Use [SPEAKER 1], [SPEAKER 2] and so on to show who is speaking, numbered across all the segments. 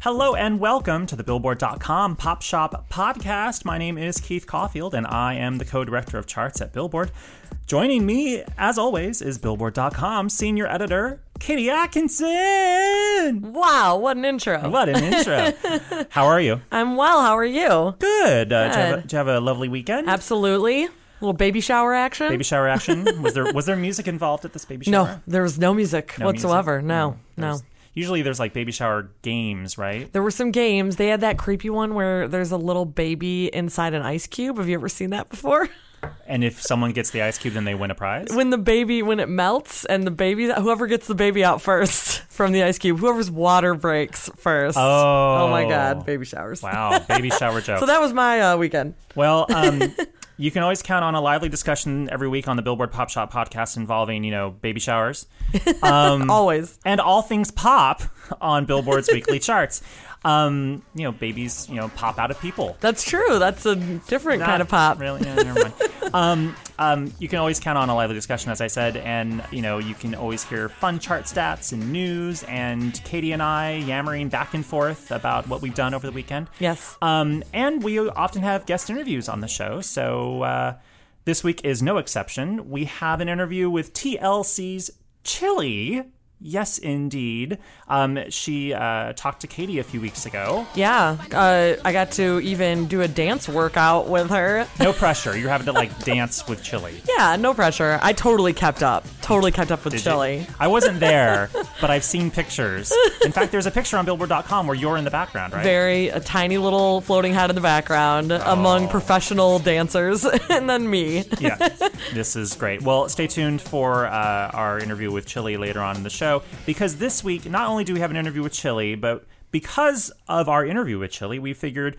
[SPEAKER 1] Hello and welcome to the Billboard.com Pop Shop podcast. My name is Keith Caulfield and I am the co director of charts at Billboard. Joining me, as always, is Billboard.com senior editor Kitty Atkinson.
[SPEAKER 2] Wow, what an intro.
[SPEAKER 1] What an intro. How are you?
[SPEAKER 2] I'm well. How are you?
[SPEAKER 1] Good. Uh, did, you have a, did you have a lovely weekend?
[SPEAKER 2] Absolutely. Little baby shower action.
[SPEAKER 1] Baby shower action. Was there was there music involved at this baby shower?
[SPEAKER 2] no, there was no music
[SPEAKER 1] No music?
[SPEAKER 2] whatsoever. No, no.
[SPEAKER 1] There's- Usually there's like baby shower games, right?
[SPEAKER 2] There were some games. They had that creepy one where there's a little baby inside an ice cube. Have you ever seen that before?
[SPEAKER 1] And if someone gets the ice cube, then they win a prize.
[SPEAKER 2] When the baby, when it melts, and the baby, whoever gets the baby out first from the ice cube, whoever's water breaks first.
[SPEAKER 1] Oh.
[SPEAKER 2] my God, baby showers.
[SPEAKER 1] Wow, baby shower joke.
[SPEAKER 2] So that was my uh, weekend.
[SPEAKER 1] Well, um, you can always count on a lively discussion every week on the Billboard Pop Shop podcast involving, you know, baby showers Um,
[SPEAKER 2] Always.
[SPEAKER 1] and all things pop on Billboard's weekly charts. Um, you know, babies, you know, pop out of people.
[SPEAKER 2] That's true. That's a different
[SPEAKER 1] Not
[SPEAKER 2] kind of pop.
[SPEAKER 1] Really? No, never mind. um, um, you can always count on a lively discussion, as I said, and you know you can always hear fun chart stats and news, and Katie and I yammering back and forth about what we've done over the weekend.
[SPEAKER 2] Yes.
[SPEAKER 1] Um, and we often have guest interviews on the show, so uh, this week is no exception. We have an interview with TLC's Chili. Yes, indeed. Um, she uh, talked to Katie a few weeks ago.
[SPEAKER 2] Yeah, uh, I got to even do a dance workout with her.
[SPEAKER 1] No pressure. You're having to like dance with Chili.
[SPEAKER 2] Yeah, no pressure. I totally kept up. Totally kept up with
[SPEAKER 1] Did you?
[SPEAKER 2] Chili.
[SPEAKER 1] I wasn't there, but I've seen pictures. In fact, there's a picture on Billboard.com where you're in the background, right?
[SPEAKER 2] Very a tiny little floating head in the background
[SPEAKER 1] Oh.
[SPEAKER 2] among professional dancers, and then me.
[SPEAKER 1] yeah, this is great. Well, stay tuned for uh, our interview with Chili later on in the show because this week, not only do we have an interview with Chili, but because of our interview with Chili, we figured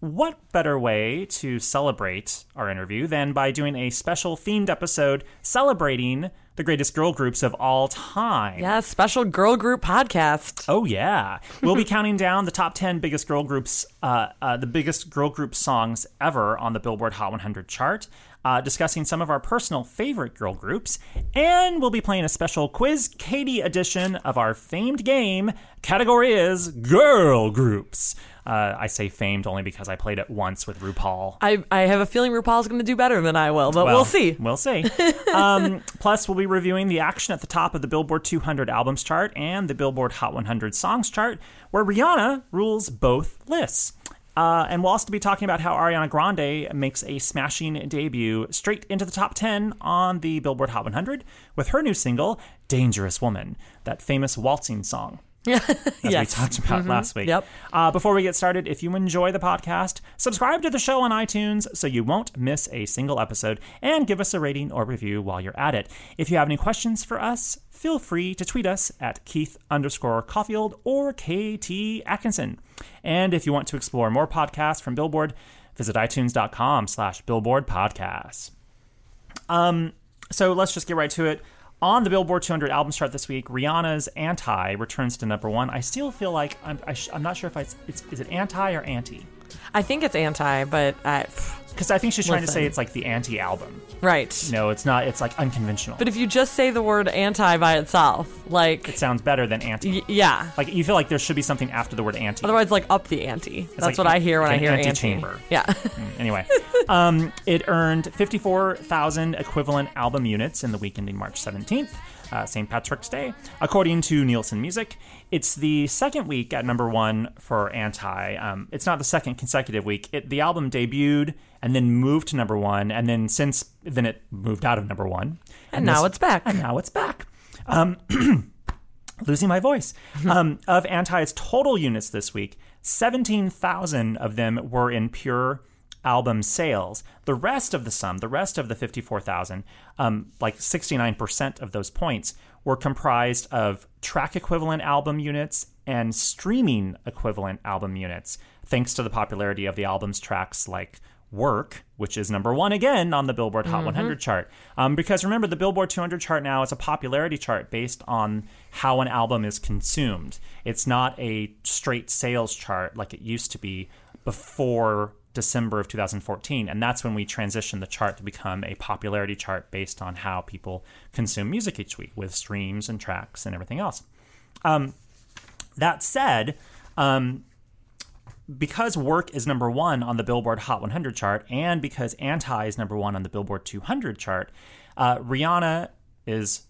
[SPEAKER 1] what better way to celebrate our interview than by doing a special themed episode celebrating the greatest girl groups of all time.
[SPEAKER 2] Yeah, special girl group podcast.
[SPEAKER 1] Oh yeah, we'll be counting down the top ten biggest girl groups, uh, uh, the biggest girl group songs ever on the Billboard Hot 100 chart. Uh, discussing some of our personal favorite girl groups, and we'll be playing a special quiz Katie edition of our famed game. Category is girl groups. Uh, I say famed only because I played it once with RuPaul.
[SPEAKER 2] I, I have a feeling RuPaul's going to do better than I will, but
[SPEAKER 1] Well,
[SPEAKER 2] we'll see.
[SPEAKER 1] We'll see. um, plus, we'll be reviewing the action at the top of the Billboard 200 albums chart and the Billboard Hot 100 songs chart, where Rihanna rules both lists. Uh, and we'll also be talking about how Ariana Grande makes a smashing debut straight into the top 10 on the Billboard Hot 100 with her new single, Dangerous Woman, that famous waltzing song as
[SPEAKER 2] Yes.
[SPEAKER 1] we talked about last week.
[SPEAKER 2] Yep.
[SPEAKER 1] Uh, before we get started, if you enjoy the podcast, subscribe to the show on iTunes so you won't miss a single episode and give us a rating or review while you're at it. If you have any questions for us, feel free to tweet us at Keith underscore Caulfield or KT Atkinson. And if you want to explore more podcasts from Billboard, visit itunes.com slash billboard podcasts. So let's just get right to it. On the Billboard 200 albums chart this week, Rihanna's "Anti" returns to number one. I still feel like I'm, I sh- I'm not sure if I, it's is it "Anti" or "Anti"
[SPEAKER 2] I think it's anti, but I, pff,
[SPEAKER 1] because I think she's trying to
[SPEAKER 2] Listen.
[SPEAKER 1] say it's like the "Anti" album.
[SPEAKER 2] right.
[SPEAKER 1] No, it's not. It's like unconventional.
[SPEAKER 2] But if you just say the word anti by itself, like,
[SPEAKER 1] it sounds better than "Anti."
[SPEAKER 2] y- yeah.
[SPEAKER 1] Like you feel like there should be something after the word "Anti."
[SPEAKER 2] Otherwise, like up the ante.
[SPEAKER 1] like
[SPEAKER 2] That's what I hear when
[SPEAKER 1] an
[SPEAKER 2] I hear
[SPEAKER 1] ante
[SPEAKER 2] ante.
[SPEAKER 1] chamber.
[SPEAKER 2] Yeah.
[SPEAKER 1] Mm, anyway, um, it earned 54,000 equivalent album units in the week ending March 17th. uh, St. Patrick's Day. According to Nielsen Music, it's the second week at number one for Anti. Um, it's not the second consecutive week. It, the album debuted and then moved to number one, and then since then it moved out of number one.
[SPEAKER 2] And, now
[SPEAKER 1] this-
[SPEAKER 2] it's back.
[SPEAKER 1] and now it's back. Um, losing my voice. Um, of Anti's total units this week, 17,000 of them were in pure album sales. The rest of the sum, the rest of the 54,000, um, like 69% of those points, were comprised of track equivalent album units and streaming equivalent album units, thanks to the popularity of the album's tracks like Work, which is number one again on the Billboard Hot 100 chart. Um, because remember, the Billboard 200 chart now is a popularity chart based on how an album is consumed. It's not a straight sales chart like it used to be before December of 2014. And that's when we transitioned the chart to become a popularity chart based on how people consume music each week with streams and tracks and everything else. Um, That said, um, because Work is number one on the Billboard Hot 100 chart, and because Anti is number one on the Billboard 200 chart, uh, Rihanna is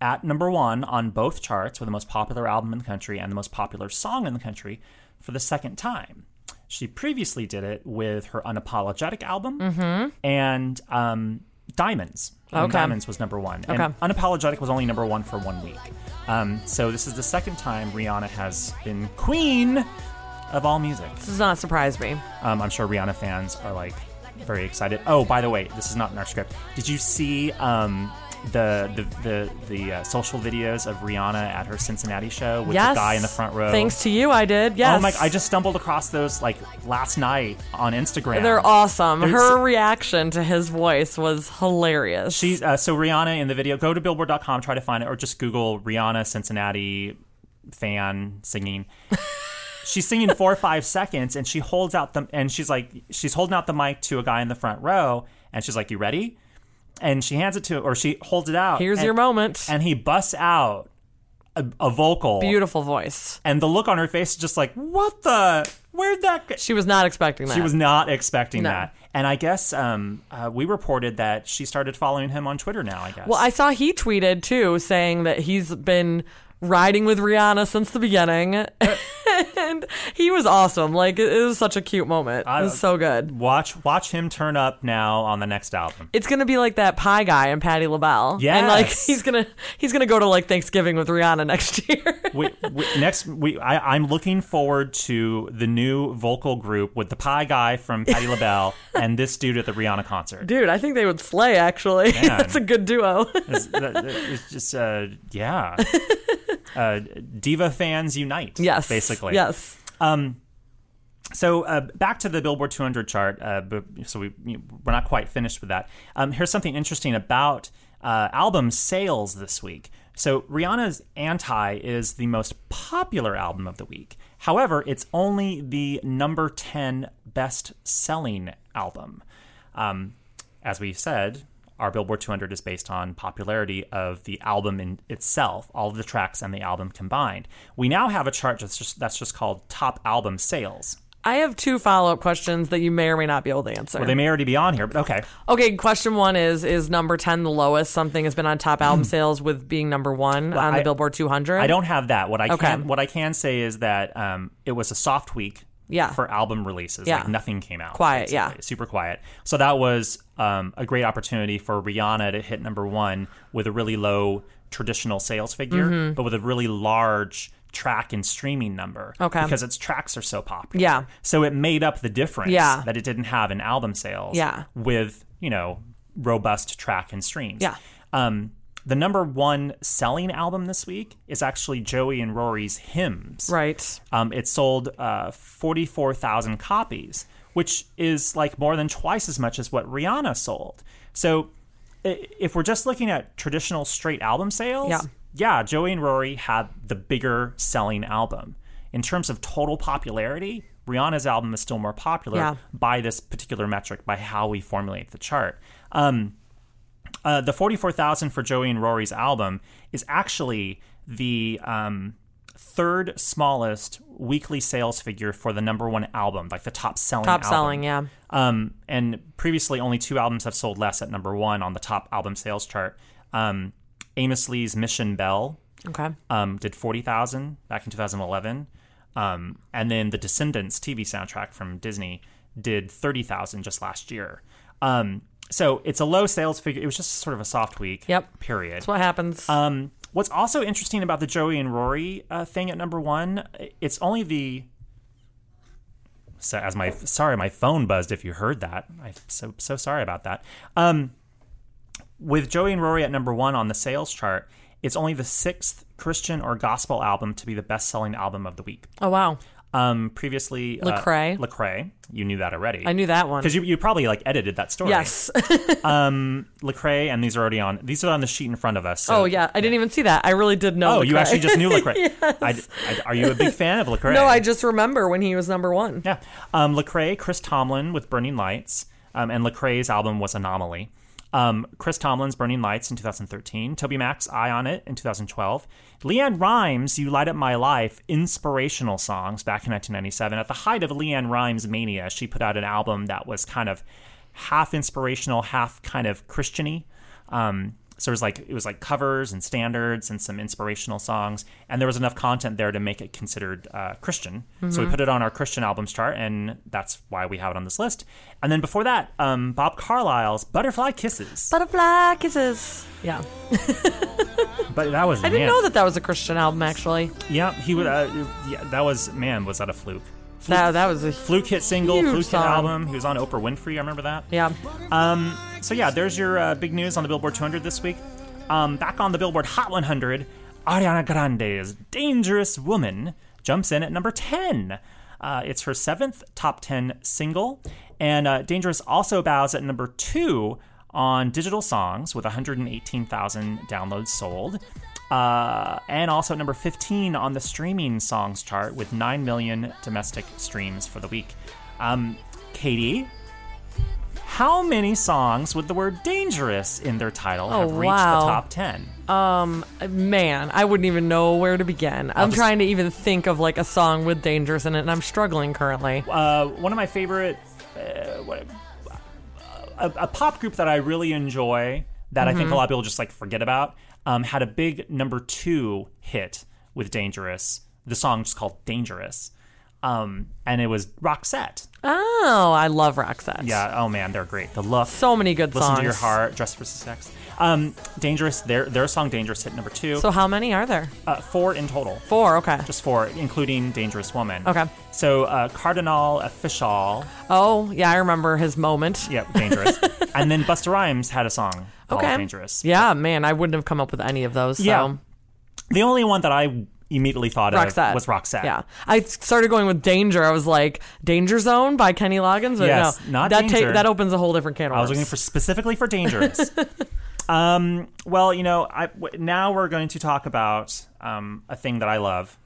[SPEAKER 1] at number one on both charts for the most popular album in the country and the most popular song in the country for the second time. She previously did it with her Unapologetic album and um, Diamonds. And
[SPEAKER 2] Mm-hmm. Okay.
[SPEAKER 1] Diamonds was number one. And
[SPEAKER 2] Okay.
[SPEAKER 1] Unapologetic was only number one for one week. Um, so this is the second time Rihanna has been queen of all music.
[SPEAKER 2] Does not surprise me.
[SPEAKER 1] Um, I'm sure Rihanna fans are like very excited. Oh, by the way, this is not in our script. Did you see um, the the the, the uh, social videos of Rihanna at her Cincinnati show with
[SPEAKER 2] yes.
[SPEAKER 1] the guy in the front row?
[SPEAKER 2] Thanks to you, I did. Yes.
[SPEAKER 1] Oh my! I just stumbled across those like last night on Instagram.
[SPEAKER 2] They're awesome.
[SPEAKER 1] They're
[SPEAKER 2] Her
[SPEAKER 1] so-
[SPEAKER 2] reaction to his voice was hilarious.
[SPEAKER 1] She's uh, so Rihanna in the video. Go to billboard.com, try to find it, or just Google Rihanna Cincinnati fan singing. she's singing four or five seconds, and she holds out the and she's like she's holding out the mic to a guy in the front row, and she's like, "You ready?" And she hands it to or she holds it out.
[SPEAKER 2] Here's
[SPEAKER 1] and-
[SPEAKER 2] your moment.
[SPEAKER 1] And he busts out a, a vocal,
[SPEAKER 2] Beautiful voice.
[SPEAKER 1] and the look on her face is just like, "What the? Where'd that?" go?"
[SPEAKER 2] She was not expecting that.
[SPEAKER 1] She was not expecting
[SPEAKER 2] No.
[SPEAKER 1] that. And I guess um, uh, we reported that she started following him on Twitter now, I guess.
[SPEAKER 2] Well, I saw he tweeted too, saying that he's been riding with Rihanna since the beginning, and he was awesome. Like it, it was such a cute moment. it was so good.
[SPEAKER 1] Watch watch him turn up now on the next album.
[SPEAKER 2] It's gonna be like that pie guy and Patti LaBelle. and like
[SPEAKER 1] Yes.
[SPEAKER 2] he's gonna he's gonna go to like Thanksgiving with Rihanna next year.
[SPEAKER 1] we, we, next, we I, I'm looking forward to the new vocal group with the pie guy from Patti LaBelle and this dude at the Rihanna concert.
[SPEAKER 2] Dude, I think they would slay. Actually,
[SPEAKER 1] Man.
[SPEAKER 2] that's a good duo.
[SPEAKER 1] It's, that- it's just uh, yeah, uh, diva fans unite.
[SPEAKER 2] yes,
[SPEAKER 1] basically.
[SPEAKER 2] Yes,
[SPEAKER 1] So uh, back to the Billboard 200 chart. Uh, b- so we we're not quite finished with that. Um, here's something interesting about uh, album sales this week. So Rihanna's "Anti" is the most popular album of the week. However, it's only the number 10 best-selling album. Um, as we said, our Billboard 200 is based on popularity of the album in itself, all of the tracks and the album combined. We now have a chart that's just, that's just called Top Album Sales.
[SPEAKER 2] I have two follow up questions that you may or may not be able to answer.
[SPEAKER 1] Well, they may already be on here, but okay.
[SPEAKER 2] Okay, question one is Is number 10 the lowest something has been on top album sales with being number one on the
[SPEAKER 1] Hmm. I-
[SPEAKER 2] Billboard 200?
[SPEAKER 1] I don't have that. What I
[SPEAKER 2] Okay.
[SPEAKER 1] can what I can say is that um, it was a soft week.
[SPEAKER 2] Yeah.
[SPEAKER 1] For album releases,
[SPEAKER 2] Yeah.
[SPEAKER 1] like nothing came out.
[SPEAKER 2] Quiet, yeah.
[SPEAKER 1] basically. Super quiet. So that was um, a great opportunity for Rihanna to hit number one with a really low traditional sales figure,
[SPEAKER 2] Mm-hmm.
[SPEAKER 1] but with a really large track and streaming number.
[SPEAKER 2] Okay.
[SPEAKER 1] Because its tracks are so popular.
[SPEAKER 2] Yeah.
[SPEAKER 1] So it made up the difference
[SPEAKER 2] Yeah.
[SPEAKER 1] that it didn't have in album sales.
[SPEAKER 2] Yeah.
[SPEAKER 1] With, you know, robust track and streams.
[SPEAKER 2] Yeah.
[SPEAKER 1] Um, the number one selling album this week is actually Joey and Rory's Hymns.
[SPEAKER 2] Right.
[SPEAKER 1] Um, it sold uh, 44,000 copies, which is like more than twice as much as what Rihanna sold. So i- if we're just looking at traditional straight album sales,
[SPEAKER 2] Yeah.
[SPEAKER 1] yeah, Joey and Rory had the bigger selling album. In terms of total popularity, Rihanna's album is still more popular
[SPEAKER 2] Yeah.
[SPEAKER 1] by this particular metric, by how we formulate the chart. Um, uh, the 44,000 for Joey and Rory's album is actually the um, third smallest weekly sales figure for the number one album, like the top selling
[SPEAKER 2] Top
[SPEAKER 1] album.
[SPEAKER 2] selling, yeah.
[SPEAKER 1] Um, and previously, only two albums have sold less at number one on the top album sales chart. Um, Amos Lee's Mission Bell
[SPEAKER 2] Okay.
[SPEAKER 1] um, did 40,000 back in 2011. Um, and then the Descendants TV soundtrack from Disney did 30,000 just last year. Um, so it's a low sales figure. It was just sort of a soft week.
[SPEAKER 2] Yep.
[SPEAKER 1] Period.
[SPEAKER 2] That's what happens.
[SPEAKER 1] Um, what's also interesting about the Joey and Rory uh, thing at number one, it's only the. So as my sorry, my phone buzzed. If you heard that, I'm so so sorry about that. Um, with Joey and Rory at number one on the sales chart, it's only the sixth Christian or gospel album to be the best-selling album of the week.
[SPEAKER 2] oh wow.
[SPEAKER 1] Um, previously,
[SPEAKER 2] Lecrae.
[SPEAKER 1] uh, Lecrae, you knew that already.
[SPEAKER 2] I knew that one.
[SPEAKER 1] because you, you probably like edited that story.
[SPEAKER 2] Yes.
[SPEAKER 1] Lecrae, and these are already on. These are on the sheet in front of us. so-
[SPEAKER 2] oh yeah. I didn't even see that. I really did know.
[SPEAKER 1] Oh, you
[SPEAKER 2] Lecrae.
[SPEAKER 1] actually just knew Lecrae. I, I- are you a big fan of Lecrae?
[SPEAKER 2] no, I just remember when he was number one.
[SPEAKER 1] Yeah, um, Lecrae, Chris Tomlin with Burning Lights, um, and Lecrae's album was Anomaly. Um, Chris Tomlin's Burning Lights in 2013, Toby Mack's Eye on It in 2012, Leanne Rhymes' You Light Up My Life, inspirational songs back in 1997. At the height of Leanne Rhymes' mania, she put out an album that was kind of half inspirational, half kind of Christiany. Um, so it was like it was like covers and standards and some inspirational songs, and there was enough content there to make it considered uh, Christian. So
[SPEAKER 2] Mm-hmm.
[SPEAKER 1] we put it on our Christian albums chart, and that's why we have it on this list. And then before that, um, Bob Carlyle's "Butterfly Kisses," but,
[SPEAKER 2] Butterfly kisses. Yeah.
[SPEAKER 1] that was
[SPEAKER 2] I didn't know that that was a Christian album. Actually,
[SPEAKER 1] Yeah, he would. Uh, yeah, that was man. Was that a fluke?
[SPEAKER 2] that that was a
[SPEAKER 1] Fluke hit single,
[SPEAKER 2] Huge
[SPEAKER 1] fluke
[SPEAKER 2] song.
[SPEAKER 1] hit album. He was on Oprah Winfrey. I remember that.
[SPEAKER 2] yeah.
[SPEAKER 1] Um, so yeah, there's your uh, big news on the Billboard 200 this week. Um, back on the Billboard Hot 100, Ariana Grande's "Dangerous Woman" jumps in at number 10. Uh, it's her seventh top 10 single, and uh, "Dangerous" also bows at number two on digital songs with 118,000 downloads sold. Uh, and also at number 15 on the streaming songs chart with 9 million domestic streams for the week. Um, Katie, how many songs with the word dangerous in their title have reached
[SPEAKER 2] Oh, wow.
[SPEAKER 1] the top 10?
[SPEAKER 2] Man, I wouldn't even know where to begin. I'm
[SPEAKER 1] just-
[SPEAKER 2] trying to even think of like a song with dangerous in it, and I'm struggling currently.
[SPEAKER 1] Uh, one of my favorite, uh, what, a, a pop group that I really enjoy that
[SPEAKER 2] Mm-hmm.
[SPEAKER 1] I think a lot of people just like forget about, um, had a big number two hit with Dangerous. The song just called Dangerous. Um, and it was Roxette.
[SPEAKER 2] Oh, I love Roxette.
[SPEAKER 1] Yeah, oh man, they're great. The look.
[SPEAKER 2] So many good
[SPEAKER 1] Listen
[SPEAKER 2] songs.
[SPEAKER 1] to your heart, dress for sex. Um, Dangerous, their their song Dangerous hit number two.
[SPEAKER 2] So how many are there?
[SPEAKER 1] uh, four in total.
[SPEAKER 2] Four. Okay.
[SPEAKER 1] just four, including Dangerous Woman.
[SPEAKER 2] Okay.
[SPEAKER 1] So uh, Cardinal Official,
[SPEAKER 2] Oh, yeah, I remember his moment.
[SPEAKER 1] yep, Dangerous, and then Busta Rhymes had a song called
[SPEAKER 2] Okay.
[SPEAKER 1] Dangerous.
[SPEAKER 2] Yeah, man, I wouldn't have come up with any of those. So.
[SPEAKER 1] Yeah. The only one that I immediately thought
[SPEAKER 2] Roxette
[SPEAKER 1] of was Roxette.
[SPEAKER 2] Yeah, I started going with Danger. I was like Danger Zone by Kenny Loggins. But
[SPEAKER 1] Yes,
[SPEAKER 2] no,
[SPEAKER 1] not
[SPEAKER 2] that
[SPEAKER 1] Danger.
[SPEAKER 2] that opens a whole different can of
[SPEAKER 1] I was
[SPEAKER 2] worms.
[SPEAKER 1] looking for specifically for Dangerous. um, well, you know, I w- now we're going to talk about um, a thing that I love,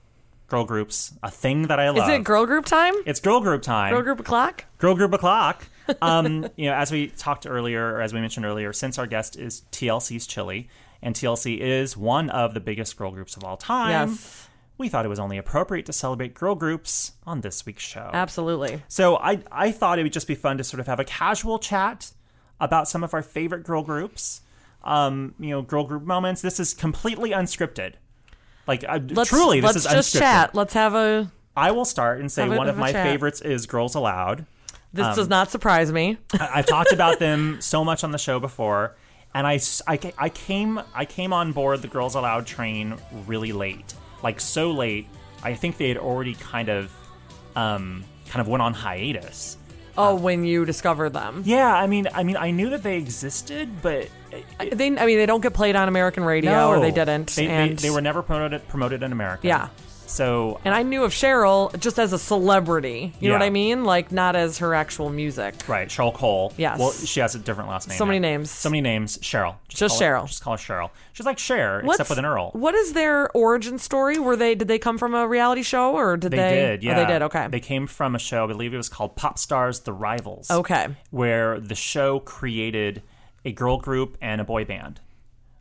[SPEAKER 1] girl groups, a thing that I love.
[SPEAKER 2] Is it girl group time?
[SPEAKER 1] It's girl group time.
[SPEAKER 2] Girl group o'clock.
[SPEAKER 1] Girl Group O'Clock. Um, you know, as we talked earlier, or as we mentioned earlier, since our guest is TLC's Chili, and TLC is one of the biggest girl groups of all time,
[SPEAKER 2] Yes,
[SPEAKER 1] we thought it was only appropriate to celebrate girl groups on this week's show.
[SPEAKER 2] absolutely.
[SPEAKER 1] So I, I thought it would just be fun to sort of have a casual chat about some of our favorite girl groups, um, you know, girl group moments. This is completely unscripted. Like, I,
[SPEAKER 2] Let's,
[SPEAKER 1] truly, this
[SPEAKER 2] let's
[SPEAKER 1] is
[SPEAKER 2] just
[SPEAKER 1] unscripted.
[SPEAKER 2] chat. Let's have a.
[SPEAKER 1] I will start and say
[SPEAKER 2] Have a
[SPEAKER 1] one
[SPEAKER 2] bit
[SPEAKER 1] of
[SPEAKER 2] of a
[SPEAKER 1] my
[SPEAKER 2] chat.
[SPEAKER 1] favorites is Girls Aloud.
[SPEAKER 2] This does
[SPEAKER 1] Um,
[SPEAKER 2] not surprise me.
[SPEAKER 1] I- I've talked about them so much on the show before, and I, s- I ca- I came I came on board the Girls Aloud train really late, like so late. I think they had already kind of um, kind of went on hiatus.
[SPEAKER 2] Oh, when you discover them,
[SPEAKER 1] Yeah, I mean, I mean, I knew that they existed, but
[SPEAKER 2] they. I mean, they don't get played on American radio,
[SPEAKER 1] no,
[SPEAKER 2] or they didn't.
[SPEAKER 1] They, they-
[SPEAKER 2] and
[SPEAKER 1] they, were never promoted promoted in America.
[SPEAKER 2] Yeah.
[SPEAKER 1] So
[SPEAKER 2] And I knew of Cheryl just as a celebrity. You know what
[SPEAKER 1] Yeah.
[SPEAKER 2] I mean? Like not as her actual music.
[SPEAKER 1] right, Cheryl Cole.
[SPEAKER 2] Yes.
[SPEAKER 1] Well, she has a different last name.
[SPEAKER 2] So many
[SPEAKER 1] now.
[SPEAKER 2] names.
[SPEAKER 1] So many names. Cheryl. call
[SPEAKER 2] Just
[SPEAKER 1] her-
[SPEAKER 2] Cheryl.
[SPEAKER 1] just call her Cheryl. She's like Cher, except with an Earl.
[SPEAKER 2] What is their origin story? Were they did they come from a reality show or did they?
[SPEAKER 1] They, did,
[SPEAKER 2] Oh,
[SPEAKER 1] yeah.
[SPEAKER 2] they did. Okay.
[SPEAKER 1] They came from a show, I believe it was called Pop Stars The Rivals.
[SPEAKER 2] Okay.
[SPEAKER 1] Where the show created a girl group and a boy band.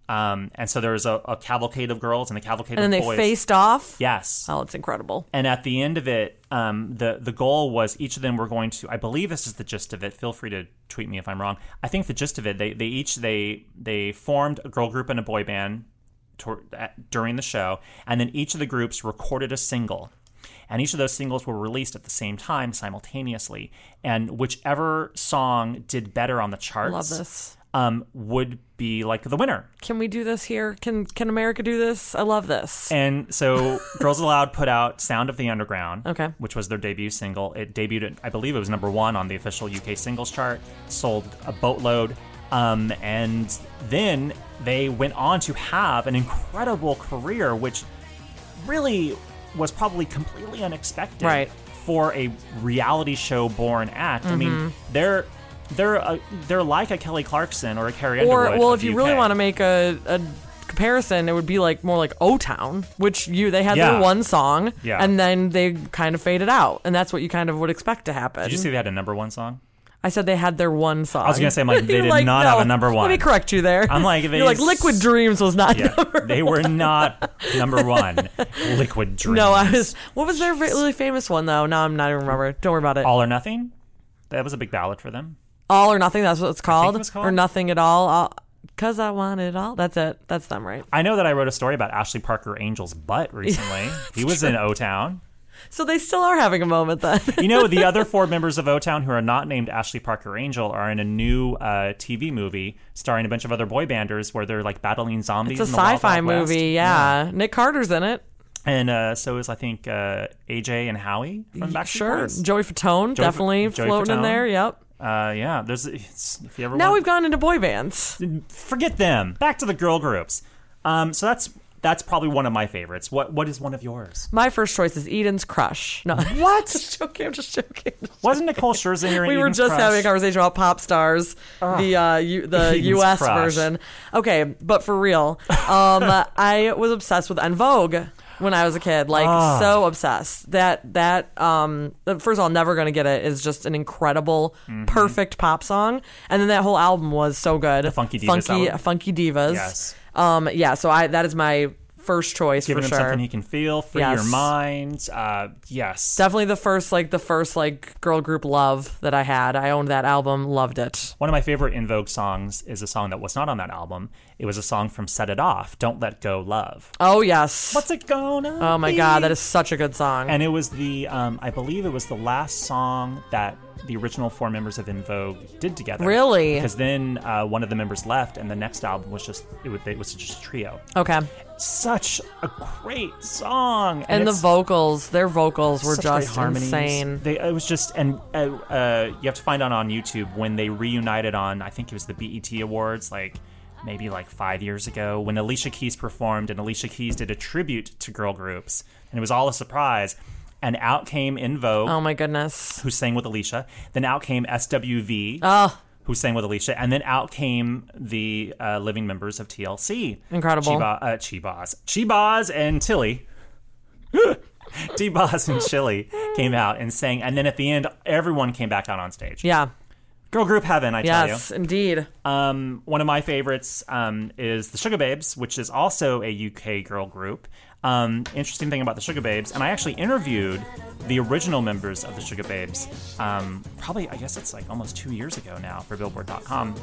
[SPEAKER 1] Um, and so there was a, a cavalcade of girls and a cavalcade
[SPEAKER 2] and then
[SPEAKER 1] of
[SPEAKER 2] they
[SPEAKER 1] boys.
[SPEAKER 2] faced off.
[SPEAKER 1] yes.
[SPEAKER 2] Oh, it's incredible.
[SPEAKER 1] And at the end of it, um, the the goal was each of them were going to. I believe this is the gist of it. Feel free to tweet me if I'm wrong. I think the gist of it. They they each they they formed a girl group and a boy band tor- at- during the show, and then each of the groups recorded a single. And each of those singles were released at the same time simultaneously. And whichever song did better on the charts
[SPEAKER 2] Love this.
[SPEAKER 1] Um, would be like the winner.
[SPEAKER 2] Can we do this here? Can Can America do this? I love this.
[SPEAKER 1] And so Girls Aloud put out Sound of the Underground,
[SPEAKER 2] Okay.
[SPEAKER 1] which was their debut single. It debuted, at, I believe it was number one on the official UK singles chart, sold a boatload. Um, and then they went on to have an incredible career, which really was probably completely unexpected
[SPEAKER 2] Right.
[SPEAKER 1] for a reality show born act. I mean,
[SPEAKER 2] Mm-hmm.
[SPEAKER 1] they're. They're a, they're like a Kelly Clarkson or a Carrie
[SPEAKER 2] Or
[SPEAKER 1] Underwood.
[SPEAKER 2] well,
[SPEAKER 1] of
[SPEAKER 2] if you
[SPEAKER 1] the
[SPEAKER 2] really
[SPEAKER 1] UK.
[SPEAKER 2] want to make a, a comparison, it would be like more like O Town, which you they had
[SPEAKER 1] Yeah.
[SPEAKER 2] their one song,
[SPEAKER 1] Yeah.
[SPEAKER 2] and then they kind of faded out, and that's what you kind of would expect to happen.
[SPEAKER 1] Did you see they had a number one song?
[SPEAKER 2] I said they had their one song.
[SPEAKER 1] I was gonna say, I'm like, they
[SPEAKER 2] You're
[SPEAKER 1] did not have a number one.
[SPEAKER 2] Let me correct you there.
[SPEAKER 1] I'm like, they
[SPEAKER 2] you're like
[SPEAKER 1] s-
[SPEAKER 2] Liquid Dreams was not
[SPEAKER 1] Yeah,
[SPEAKER 2] number.
[SPEAKER 1] they were not number one. Liquid Dreams.
[SPEAKER 2] No, I was. What was their really famous one though? No, I'm not even remember. Don't worry about it. All,
[SPEAKER 1] All or Nothing. That was a big ballad for them.
[SPEAKER 2] or nothing. That's what it's called.
[SPEAKER 1] it was called.
[SPEAKER 2] Or nothing at all. all Cause I want it all. That's it. That's them, right?
[SPEAKER 1] I know that I wrote a story about Ashley Parker Angel's butt recently. he was in O Town.
[SPEAKER 2] So they still are having a moment then.
[SPEAKER 1] You know, the other four members of O Town who are not named Ashley Parker Angel are in a new uh, TV movie starring a bunch of other boy banders where they're like battling zombies.
[SPEAKER 2] It's
[SPEAKER 1] in
[SPEAKER 2] a
[SPEAKER 1] the Wild,
[SPEAKER 2] sci-fi
[SPEAKER 1] Wild West.
[SPEAKER 2] movie. Yeah. Nick Carter's in it.
[SPEAKER 1] and uh, so is I think uh, AJ and Howie from Backstreet
[SPEAKER 2] Sure.
[SPEAKER 1] Boys.
[SPEAKER 2] Joey Fatone definitely
[SPEAKER 1] Joey
[SPEAKER 2] floating
[SPEAKER 1] Fatone.
[SPEAKER 2] in there. Yep.
[SPEAKER 1] Uh, yeah, there's it's, if you ever
[SPEAKER 2] Now
[SPEAKER 1] want-
[SPEAKER 2] we've gone into boy bands.
[SPEAKER 1] forget them. Back to the girl groups. Um, so that's that's probably one of my favorites. What what is one of yours?
[SPEAKER 2] My first choice is Eden's Crush. No, what? just joking. I'm just joking.
[SPEAKER 1] Wasn't Nicole Scherzinger? in
[SPEAKER 2] we were
[SPEAKER 1] Eden's
[SPEAKER 2] just
[SPEAKER 1] Crush? Ah.
[SPEAKER 2] having a conversation about pop stars, the uh, U- the
[SPEAKER 1] Eden's
[SPEAKER 2] U.S.
[SPEAKER 1] Crush.
[SPEAKER 2] version. Okay, but for real, um, I was obsessed with En Vogue when I was a kid. Like
[SPEAKER 1] Ah.
[SPEAKER 2] so obsessed that that um, first of all, never gonna get it is just an incredible,
[SPEAKER 1] Mm-hmm.
[SPEAKER 2] perfect pop song, and then that whole album was so good. The
[SPEAKER 1] Funky Divas
[SPEAKER 2] funky
[SPEAKER 1] album.
[SPEAKER 2] funky divas.
[SPEAKER 1] Yes.
[SPEAKER 2] Um. Yeah. So I that is my first choice
[SPEAKER 1] giving
[SPEAKER 2] for
[SPEAKER 1] him
[SPEAKER 2] sure.
[SPEAKER 1] something he can feel, free
[SPEAKER 2] Yes.
[SPEAKER 1] your mind. Uh, yes,
[SPEAKER 2] Definitely the first like the first like girl group love that I had. I owned that album, loved it.
[SPEAKER 1] one of my favorite In Vogue songs is a song that was not on that album. It was a song from Set It Off, "Don't Let Go, Love."
[SPEAKER 2] Oh yes.
[SPEAKER 1] What's it gonna?
[SPEAKER 2] Oh my god, that is such a good song.
[SPEAKER 1] And it was the, um, I believe it was the last song that the original four members of In Vogue did together.
[SPEAKER 2] Really?
[SPEAKER 1] Because then uh, one of the members left, and the next album was just it was, it was just a trio.
[SPEAKER 2] okay.
[SPEAKER 1] Such a great song,
[SPEAKER 2] And the
[SPEAKER 1] it's
[SPEAKER 2] vocals, their vocals were
[SPEAKER 1] such great
[SPEAKER 2] just
[SPEAKER 1] harmonies.
[SPEAKER 2] insane.
[SPEAKER 1] They, it was just, and uh, uh, you have to find out on YouTube when they reunited on, I think it was the BET Awards, like maybe like five years ago, when Alicia Keys performed, and Alicia Keys did a tribute to girl groups, and it was all a surprise. And out came In Vogue,
[SPEAKER 2] Oh my goodness.
[SPEAKER 1] who sang with Alicia. Then out came SWV,
[SPEAKER 2] Oh,
[SPEAKER 1] who sang with Alicia, and then out came the uh, living members of TLC.
[SPEAKER 2] Incredible.
[SPEAKER 1] Chiba, uh, Chibaz, Chibaz and Tilly. T-Boz and Chili came out and sang, and then at the end, everyone came back out on stage.
[SPEAKER 2] yeah.
[SPEAKER 1] Girl group heaven, I tell
[SPEAKER 2] Yes, indeed.
[SPEAKER 1] you. Um, one of my favorites um, is the Sugar Babes, which is also a UK girl group. Um, interesting thing about the Sugar Babes, and I actually interviewed the original members of the Sugar Babes, um, probably, I guess it's like almost two years ago now for Billboard.com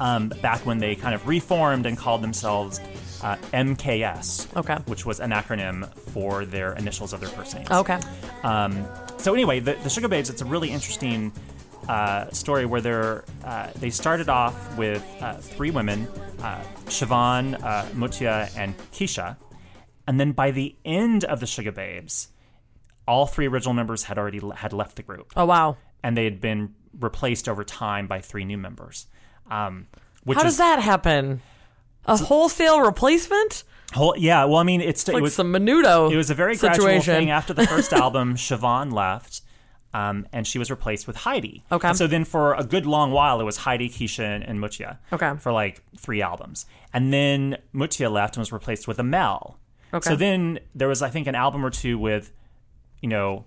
[SPEAKER 1] um, back when they kind of reformed and called themselves uh, MKS,
[SPEAKER 2] Okay.
[SPEAKER 1] which was an acronym for their initials of their first names.
[SPEAKER 2] Okay.
[SPEAKER 1] Um, so anyway, the, the Sugar Babes, it's a really interesting uh, story where they're, uh, they started off with uh, three women, uh, Siobhan, uh, Mutia, and Keisha. And then by the end of the Sugar Babes, all three original members had already le- had left the group
[SPEAKER 2] Oh wow.
[SPEAKER 1] and they had been replaced over time by three new members. Um, which
[SPEAKER 2] How
[SPEAKER 1] is
[SPEAKER 2] does that happen? A wholesale replacement?
[SPEAKER 1] Whole, yeah, well, I mean, it's it
[SPEAKER 2] Like
[SPEAKER 1] was
[SPEAKER 2] some menudo.
[SPEAKER 1] it was a very gradual
[SPEAKER 2] situation.
[SPEAKER 1] thing. After the first album, Siobhan left, um, and she was replaced with Heidi.
[SPEAKER 2] Okay.
[SPEAKER 1] And so then for a good long while, it was Heidi, Keisha, and, and Mutia.
[SPEAKER 2] Okay.
[SPEAKER 1] For like three albums, and then Mutia left and was replaced with Amel.
[SPEAKER 2] Okay.
[SPEAKER 1] So then there was, I think, an album or two with, you know,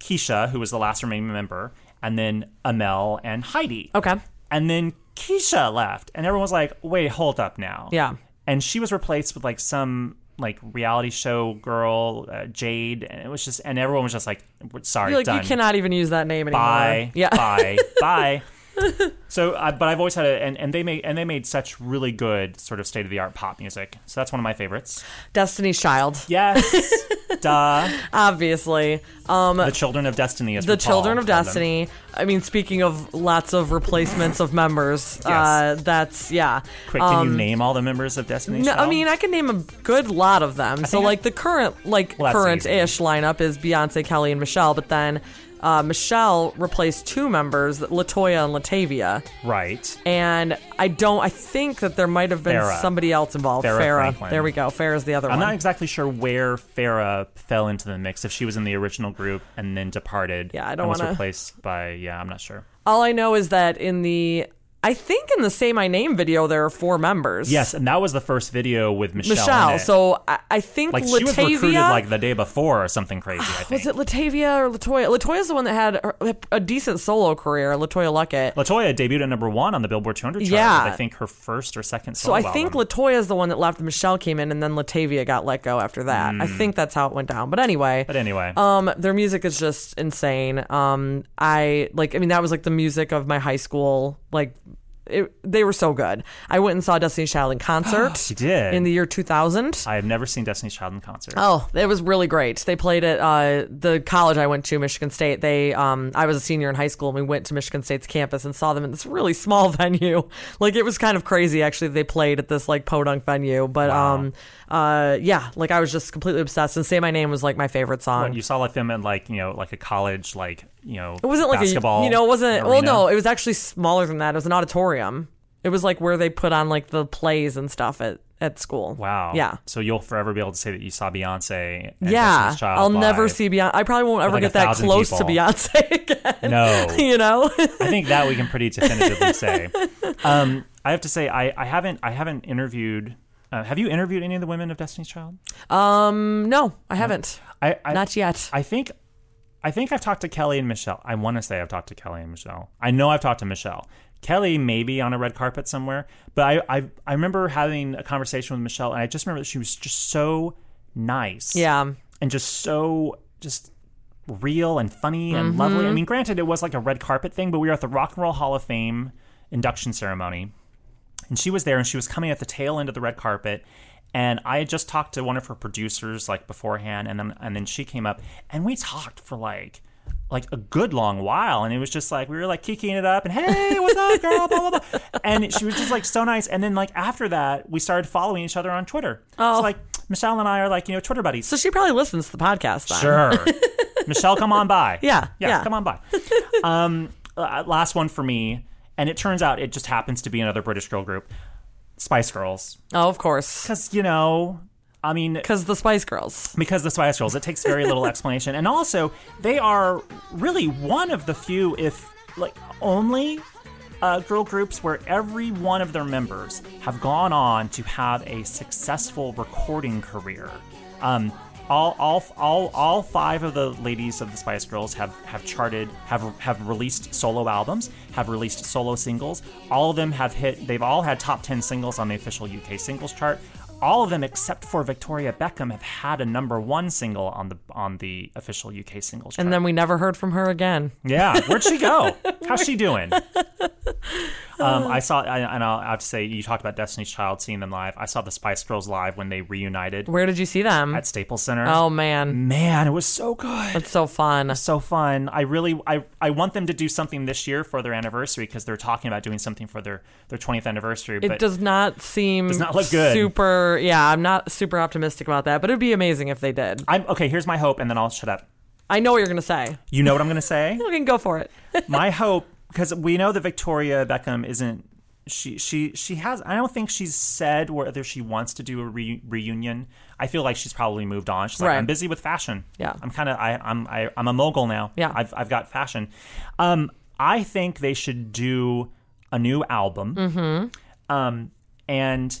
[SPEAKER 1] Keisha, who was the last remaining member, and then Amel and Heidi.
[SPEAKER 2] Okay.
[SPEAKER 1] And then Keisha left, and everyone was like, "Wait, hold up now."
[SPEAKER 2] Yeah.
[SPEAKER 1] And she was replaced with like some like reality show girl, uh, Jade, and it was just, and everyone was just like, "We're "Sorry,
[SPEAKER 2] You're like
[SPEAKER 1] done.
[SPEAKER 2] you cannot even use that name anymore.
[SPEAKER 1] bye,
[SPEAKER 2] Yeah.
[SPEAKER 1] bye, bye." So, I but I've always had a and, and they made and they made such really good sort of state of the art pop music. So that's one of my favorites.
[SPEAKER 2] Destiny's Child,
[SPEAKER 1] Yes, duh.
[SPEAKER 2] obviously. Um,
[SPEAKER 1] The Children of Destiny is
[SPEAKER 2] the
[SPEAKER 1] what Paul
[SPEAKER 2] Children of
[SPEAKER 1] called them.
[SPEAKER 2] Destiny. I mean, speaking of lots of replacements of members, uh, that's yeah.
[SPEAKER 1] Quick, can you name all the members of Destiny?
[SPEAKER 2] um, No, I
[SPEAKER 1] Child?
[SPEAKER 2] mean I can name a good lot of them. so
[SPEAKER 1] think I-
[SPEAKER 2] like the current like
[SPEAKER 1] Well, that's
[SPEAKER 2] current ish lineup is Beyonce, Kelly, and Michelle, but then uh, Michelle replaced two members, Latoya and Latavia,
[SPEAKER 1] right.
[SPEAKER 2] and I don't. I think that there might have been
[SPEAKER 1] Farrah.
[SPEAKER 2] somebody else involved.
[SPEAKER 1] Farrah
[SPEAKER 2] Farrah,
[SPEAKER 1] Franklin.
[SPEAKER 2] there we go. Farrah's the other
[SPEAKER 1] I'm
[SPEAKER 2] one.
[SPEAKER 1] not exactly sure where Farah fell into the mix. If she was in the original group and then departed,
[SPEAKER 2] Yeah, I don't
[SPEAKER 1] and was
[SPEAKER 2] wanna-
[SPEAKER 1] replaced by. Yeah, I'm not sure.
[SPEAKER 2] All I know is that in the I think in the Say My Name video there are four members.
[SPEAKER 1] Yes, and that was the first video with Michelle. in
[SPEAKER 2] Michelle.
[SPEAKER 1] it.
[SPEAKER 2] So I, I think
[SPEAKER 1] like
[SPEAKER 2] Latavia Ah,
[SPEAKER 1] she was recruited like the day before or something crazy. I think
[SPEAKER 2] was it Latavia or Latoya? Latoya's the one that had her- a decent solo career. Latoya Luckett.
[SPEAKER 1] Latoya debuted at number one on the Billboard 200 chart.
[SPEAKER 2] Yeah.
[SPEAKER 1] with, I think her first or second.
[SPEAKER 2] So
[SPEAKER 1] Solo
[SPEAKER 2] I think
[SPEAKER 1] album.
[SPEAKER 2] Latoya is the one that left. Michelle came in, and then Latavia got let go after that. I think that's how it went down. But anyway,
[SPEAKER 1] Hmm. but anyway,
[SPEAKER 2] um, their music is just insane. Um, I like. I mean, that was like the music of my high school. Like, it, they were so good. I went and saw Destiny's Child in concert.
[SPEAKER 1] You did?
[SPEAKER 2] in the year two thousand.
[SPEAKER 1] I have never seen Destiny's Child in concert.
[SPEAKER 2] Oh, it was really great. They played at uh, the college I went to, Michigan State. They, um, I was a senior in high school, and we went to Michigan State's campus and saw them in this really small venue. Like it was kind of crazy, actually. They played at this like podunk venue, but um, uh, yeah, like I was just completely obsessed. And "Say My Name" was like my favorite song.
[SPEAKER 1] But you saw like them in like you know like a college like you know
[SPEAKER 2] it wasn't like
[SPEAKER 1] basketball.
[SPEAKER 2] a, you know, it wasn't. Well,
[SPEAKER 1] arena.
[SPEAKER 2] no, it was actually smaller than that. It was an auditorium. It was like where they put on like the plays and stuff at at school.
[SPEAKER 1] Wow.
[SPEAKER 2] Yeah.
[SPEAKER 1] So you'll forever be able to say that you saw Beyonce. And
[SPEAKER 2] Yeah,
[SPEAKER 1] Destiny's Child
[SPEAKER 2] I'll never
[SPEAKER 1] live.
[SPEAKER 2] see Beyonce. I probably won't ever
[SPEAKER 1] like, a
[SPEAKER 2] get that
[SPEAKER 1] thousand
[SPEAKER 2] close to
[SPEAKER 1] people.
[SPEAKER 2] Beyonce again.
[SPEAKER 1] No.
[SPEAKER 2] you know.
[SPEAKER 1] I think that we can pretty definitively say. Um, I have to say, I, I haven't I haven't interviewed. Uh, have you interviewed any of the women of Destiny's Child?
[SPEAKER 2] no, I haven't.
[SPEAKER 1] I, I
[SPEAKER 2] Not yet.
[SPEAKER 1] I think I think I've talked to Kelly and Michelle. I want to say I've talked to Kelly and Michelle. I know I've talked to Michelle. Kelly maybe on a red carpet somewhere, but I I, I remember having a conversation with Michelle, and I just remember that she was just so nice.
[SPEAKER 2] Yeah.
[SPEAKER 1] and just so just real and funny and lovely. I mean, granted, it was like a red carpet thing, but we were at the Rock and Roll Hall of Fame induction ceremony, and she was there, and she was coming at the tail end of the red carpet. And I had just talked to one of her producers like beforehand, and then and then she came up, and we talked for like like a good long while, and it was just like we were like kicking it up, and hey, what's up, girl, blah blah blah, and she was just like so nice. And then like after that, we started following each other on Twitter. Oh, so, like Michelle and I are like you know Twitter buddies.
[SPEAKER 2] So she probably listens to the podcast. Then.
[SPEAKER 1] Sure. Michelle, come on by.
[SPEAKER 2] Yeah,
[SPEAKER 1] yeah.
[SPEAKER 2] yeah.
[SPEAKER 1] Come on by. Um, uh, last one for me. And it turns out it just happens to be another British girl group, Spice Girls.
[SPEAKER 2] Oh, of course,
[SPEAKER 1] Because, you know, I mean,
[SPEAKER 2] because the Spice Girls.
[SPEAKER 1] because the Spice Girls, it takes very little explanation. And also, they are really one of the few, if like only, uh, girl groups where every one of their members have gone on to have a successful recording career. Um, all, all, all, all five of the ladies of the Spice Girls have, have charted, have have released solo albums, have released solo singles. All of them have hit. They've all had top ten singles on the official UK singles chart. All of them, except for Victoria Beckham, have had a number one single on the on the official UK singles chart.
[SPEAKER 2] And then we never heard from her again.
[SPEAKER 1] Yeah, where'd she go? How's she doing?
[SPEAKER 2] Uh.
[SPEAKER 1] Um, I saw, I, and I'll I have to say, you talked about Destiny's Child seeing them live. I saw the Spice Girls live when they reunited
[SPEAKER 2] Where did you see them?
[SPEAKER 1] at Staples Center.
[SPEAKER 2] oh man,
[SPEAKER 1] man, it was so good,
[SPEAKER 2] that's so fun.
[SPEAKER 1] so fun. I really, I, I want them to do something this year for their anniversary because they're talking about doing something for their their 20th anniversary.
[SPEAKER 2] It
[SPEAKER 1] but
[SPEAKER 2] does not seem
[SPEAKER 1] Does not look good.
[SPEAKER 2] super. Yeah, I'm not super optimistic about that, but it'd be amazing if they did.
[SPEAKER 1] I'm okay. Here's my hope, and then I'll shut up.
[SPEAKER 2] I know what you're gonna say.
[SPEAKER 1] You know what I'm gonna say?
[SPEAKER 2] You can go for it.
[SPEAKER 1] my hope because we know that Victoria Beckham isn't she she she has I don't think she's said whether she wants to do a re- reunion. I feel like she's probably moved on. She's like
[SPEAKER 2] Right.
[SPEAKER 1] I'm busy with fashion.
[SPEAKER 2] Yeah.
[SPEAKER 1] I'm kind of I I'm I, I'm a mogul now.
[SPEAKER 2] Yeah.
[SPEAKER 1] I've I've got fashion. Um I think they should do a new album.
[SPEAKER 2] Mm-hmm.
[SPEAKER 1] Um and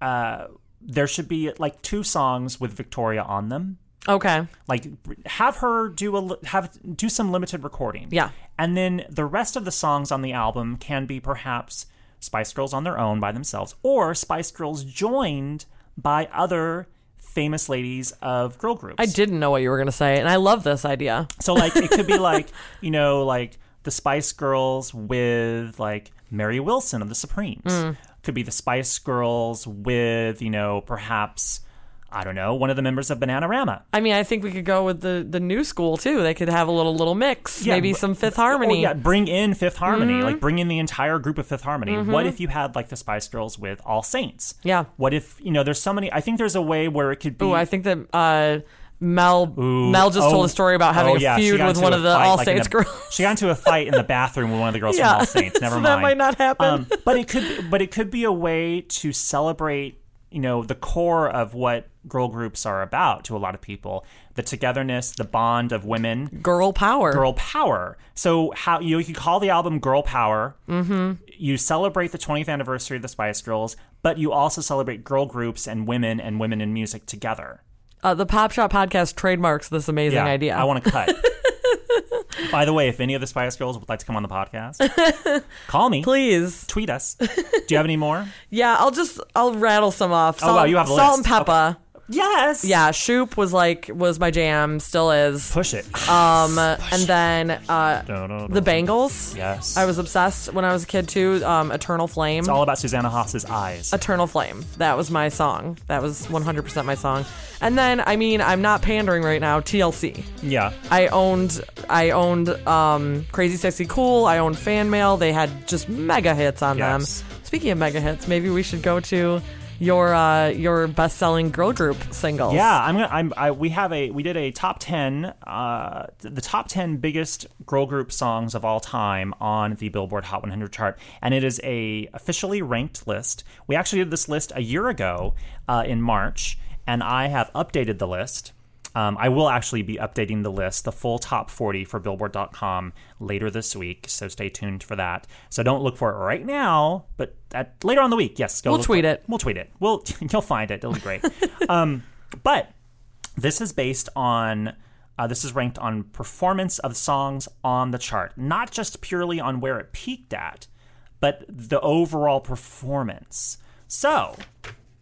[SPEAKER 1] uh there should be like two songs with Victoria on them
[SPEAKER 2] Okay.
[SPEAKER 1] like have her do a li- have do some limited recording
[SPEAKER 2] Yeah.
[SPEAKER 1] and then the rest of the songs on the album can be perhaps spice girls on their own by themselves or spice girls joined by other famous ladies of girl groups
[SPEAKER 2] I didn't know what you were gonna say, and I love this idea.
[SPEAKER 1] so like it could be like you know like the Spice Girls with like Mary Wilson of the Supremes. Could be the Spice Girls with, you know, perhaps I don't know, one of the members of Bananarama.
[SPEAKER 2] I mean, I think we could go with the the new school too. They could have a little little mix,
[SPEAKER 1] Yeah,
[SPEAKER 2] maybe
[SPEAKER 1] but-
[SPEAKER 2] some Fifth
[SPEAKER 1] Or,
[SPEAKER 2] Harmony. Mm-hmm.
[SPEAKER 1] yeah, bring in Fifth Harmony. Like bring in the entire group of Fifth Harmony. What if you had like the Spice Girls with All Saints?
[SPEAKER 2] Yeah.
[SPEAKER 1] What if you know? There's so many. I think there's a way where it could be.
[SPEAKER 2] Ooh, I think that uh, Mel
[SPEAKER 1] Ooh,
[SPEAKER 2] Mel just
[SPEAKER 1] oh,
[SPEAKER 2] told a story about having
[SPEAKER 1] oh, yeah,
[SPEAKER 2] a
[SPEAKER 1] she
[SPEAKER 2] feud
[SPEAKER 1] got
[SPEAKER 2] with
[SPEAKER 1] into
[SPEAKER 2] one
[SPEAKER 1] a
[SPEAKER 2] of the
[SPEAKER 1] fight,
[SPEAKER 2] All
[SPEAKER 1] like, in
[SPEAKER 2] Saints
[SPEAKER 1] a-
[SPEAKER 2] girls.
[SPEAKER 1] She got into a fight in the bathroom with one of the girls
[SPEAKER 2] Yeah.
[SPEAKER 1] from All Saints. Never
[SPEAKER 2] So
[SPEAKER 1] mind. Um,
[SPEAKER 2] that might not happen.
[SPEAKER 1] but it could. But it could be a way to celebrate. You know the core of what girl groups are about to a lot of people: the togetherness, the bond of women,
[SPEAKER 2] Girl power.
[SPEAKER 1] girl power. So how you, you call the album Girl Power. Mm-hmm. You celebrate the 20th anniversary of the Spice Girls, but you also celebrate girl groups and women and women in music together.
[SPEAKER 2] Uh, the Pop Shop podcast trademarks this amazing idea.
[SPEAKER 1] I want to cut. By the way, if any of the Spice Girls would like to come on the podcast, call me.
[SPEAKER 2] Please,
[SPEAKER 1] Tweet us. Do you have any more?
[SPEAKER 2] yeah, I'll just I'll rattle some off. Salt,
[SPEAKER 1] Oh, wow, you have a
[SPEAKER 2] salt and
[SPEAKER 1] list. Okay.
[SPEAKER 2] pepper.
[SPEAKER 1] Yes.
[SPEAKER 2] Yeah, Shoop was like was my jam, still is.
[SPEAKER 1] Push it.
[SPEAKER 2] Um, and then uh,
[SPEAKER 1] Dun-dun-dun.
[SPEAKER 2] the Bangles.
[SPEAKER 1] Yes.
[SPEAKER 2] I was obsessed when I was a kid too. Um, Eternal Flame.
[SPEAKER 1] All about Susanna Haas's eyes.
[SPEAKER 2] Eternal Flame. That was my song. That was 100% my song. And then, I mean, I'm not pandering right now. TLC.
[SPEAKER 1] Yeah.
[SPEAKER 2] I owned, I owned um, Crazy Sexy Cool. I owned Fan Mail. They had just mega hits on
[SPEAKER 1] Yes.
[SPEAKER 2] them. Speaking of mega hits, maybe we should go to your uh, your best selling girl group singles.
[SPEAKER 1] Yeah, I'm gonna. I'm. I, we have a. We did a top ten. Uh, th- the top ten biggest girl group songs of all time on the Billboard Hot 100 chart, and it is a officially ranked list. We actually did this list a year ago uh, in March, and I have updated the list. Um, I will actually be updating the list, the full top 40 for Billboard.com later this week, so stay tuned for that. So don't look for it right now, but at, later on in the week, yes, go
[SPEAKER 2] We'll
[SPEAKER 1] look
[SPEAKER 2] tweet
[SPEAKER 1] for
[SPEAKER 2] it.
[SPEAKER 1] We'll tweet it. We'll you'll find it. It'll be great. um, but this is based on uh, this is ranked on performance of songs on the chart, not just purely on where it peaked at, but the overall performance. So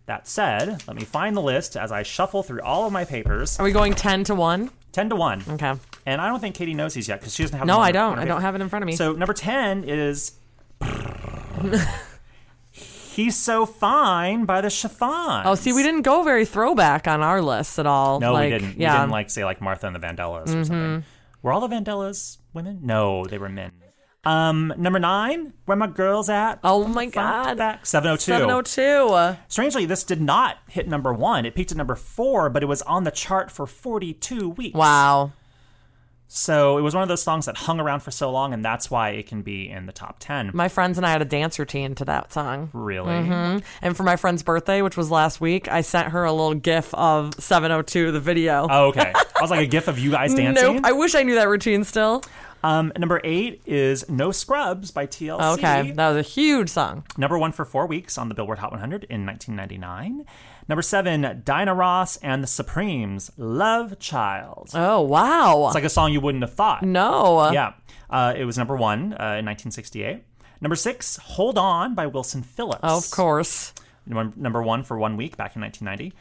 [SPEAKER 1] that said, let me find the list as I shuffle through all of my papers.
[SPEAKER 2] Are we going 10 to 1?
[SPEAKER 1] Ten to one.
[SPEAKER 2] Okay.
[SPEAKER 1] And I don't think Katie knows these yet because she doesn't have.
[SPEAKER 2] No,
[SPEAKER 1] them on
[SPEAKER 2] I
[SPEAKER 1] her- on
[SPEAKER 2] don't.
[SPEAKER 1] her
[SPEAKER 2] I don't
[SPEAKER 1] paper.
[SPEAKER 2] have it in front of me.
[SPEAKER 1] So number ten is. He's so fine by the chiffon.
[SPEAKER 2] oh, see, we didn't go very throwback on our list at all.
[SPEAKER 1] No,
[SPEAKER 2] like,
[SPEAKER 1] we didn't.
[SPEAKER 2] Yeah. Mm-hmm.
[SPEAKER 1] We didn't like say like Martha and the Vandellas or something. Were all the Vandellas women? No, they were men. Um, number nine, where my girls at?
[SPEAKER 2] Oh my God.
[SPEAKER 1] seven oh two.
[SPEAKER 2] 702.
[SPEAKER 1] Strangely, this did not hit number one. It peaked at number four, but it was on the chart for forty two weeks.
[SPEAKER 2] Wow.
[SPEAKER 1] So it was one of those songs that hung around for so long, and that's why it can be in the top ten.
[SPEAKER 2] My friends and I had a dance routine to that song.
[SPEAKER 1] really?
[SPEAKER 2] And for my friend's birthday, which was last week, I sent her a little gif of 702, the video.
[SPEAKER 1] Oh, okay. I was like a gif of you guys dancing.
[SPEAKER 2] Nope. I wish I knew that routine still.
[SPEAKER 1] um, number eight is "No Scrubs" by TLC.
[SPEAKER 2] Okay. That was a huge song.
[SPEAKER 1] Number one for four weeks on the Billboard Hot 100 in 1999. Number seven, Dinah Ross and the Supremes, Love Child.
[SPEAKER 2] Oh, wow.
[SPEAKER 1] It's like a song you wouldn't have thought.
[SPEAKER 2] no.
[SPEAKER 1] Yeah. Uh, it was number one uh, in 1968. Number six, Hold On by Wilson Phillips.
[SPEAKER 2] Of course.
[SPEAKER 1] Num- Number one for one week back in 1990.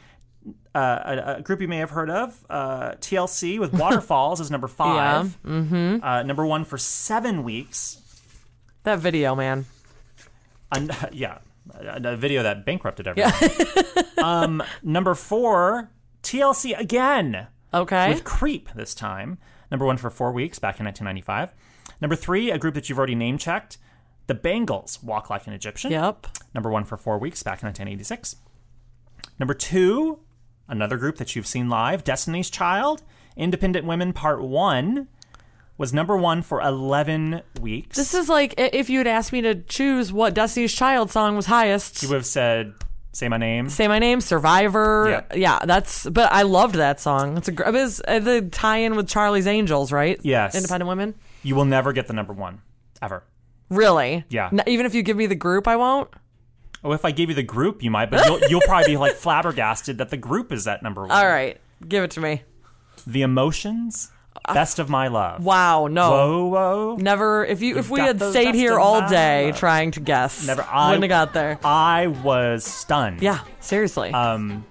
[SPEAKER 1] Uh, a, a group you may have heard of, uh, TLC with Waterfalls is number five. Mm-hmm. Uh, number one for seven weeks.
[SPEAKER 2] That video, man.
[SPEAKER 1] An- yeah, a, a video that bankrupted everyone. um, number four, TLC again
[SPEAKER 2] Okay.
[SPEAKER 1] with Creep this time. Number one for four weeks back in 1995. Number three, a group that you've already name checked, the Bangles, Walk Like an Egyptian.
[SPEAKER 2] yep.
[SPEAKER 1] Number one for four weeks back in 1986. Number two, another group that you've seen live, Destiny's Child, Independent Women Part One, was number one for 11 weeks.
[SPEAKER 2] This is like i- if you'd asked me to choose what Destiny's Child song was highest.
[SPEAKER 1] you would have said, "Say my name."
[SPEAKER 2] Say my name, Survivor.
[SPEAKER 1] Yeah.
[SPEAKER 2] that's. But I loved that song. It's a gr- it was, uh, the tie-in with Charlie's Angels, right?
[SPEAKER 1] Yes.
[SPEAKER 2] Independent Women.
[SPEAKER 1] You will never get the number one ever.
[SPEAKER 2] Really?
[SPEAKER 1] Yeah.
[SPEAKER 2] N- even if you give me the group, I won't.
[SPEAKER 1] Oh, if I gave you the group, you might, but you'll, you'll probably be like flabbergasted that the group is at number one.
[SPEAKER 2] All right, give it to me.
[SPEAKER 1] The emotions, best of my love.
[SPEAKER 2] Uh, Wow, no,
[SPEAKER 1] Whoa, whoa.
[SPEAKER 2] never. If you, if we
[SPEAKER 1] got
[SPEAKER 2] had
[SPEAKER 1] those
[SPEAKER 2] stayed
[SPEAKER 1] best
[SPEAKER 2] here
[SPEAKER 1] of
[SPEAKER 2] all
[SPEAKER 1] my
[SPEAKER 2] day
[SPEAKER 1] love.
[SPEAKER 2] trying to guess,
[SPEAKER 1] Never. I
[SPEAKER 2] wouldn't have got there.
[SPEAKER 1] I was stunned.
[SPEAKER 2] yeah, seriously,
[SPEAKER 1] Um,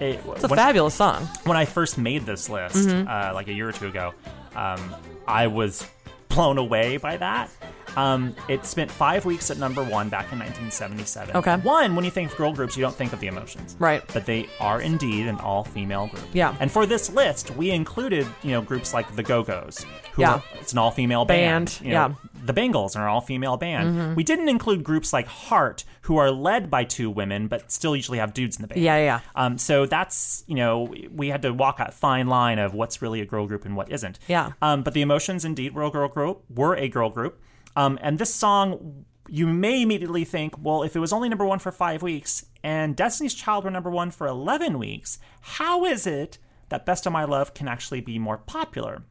[SPEAKER 1] it,
[SPEAKER 2] it's a
[SPEAKER 1] when,
[SPEAKER 2] fabulous song. Mm-hmm.
[SPEAKER 1] when I first made this list, uh, like a year or two ago, um, I was blown away by that. Um, it spent five weeks at number one back in 1977.
[SPEAKER 2] Okay.
[SPEAKER 1] One, when you think of girl groups, you don't think of the emotions.
[SPEAKER 2] Right.
[SPEAKER 1] But they are indeed an all female group.
[SPEAKER 2] Yeah.
[SPEAKER 1] And for this list, we included, you know, groups like the Go Go's, who
[SPEAKER 2] Yeah.
[SPEAKER 1] are- it's an all female
[SPEAKER 2] Band,
[SPEAKER 1] band. you know,
[SPEAKER 2] yeah. Mm-hmm.
[SPEAKER 1] the Bengals are an all female band. We didn't include groups like Heart, who are led by two women, but still usually have dudes in the band.
[SPEAKER 2] Yeah, yeah, yeah.
[SPEAKER 1] Um, so that's, you know, we had to walk a fine line of what's really a girl group and what isn't.
[SPEAKER 2] Yeah.
[SPEAKER 1] Um, but the Emotions indeed were a girl group, were a girl group. Um, and this song, you may immediately think, well, if it was only number one for five weeks and Destiny's Child were number one for 11 weeks, how is it that Best of My Love can actually be more popular?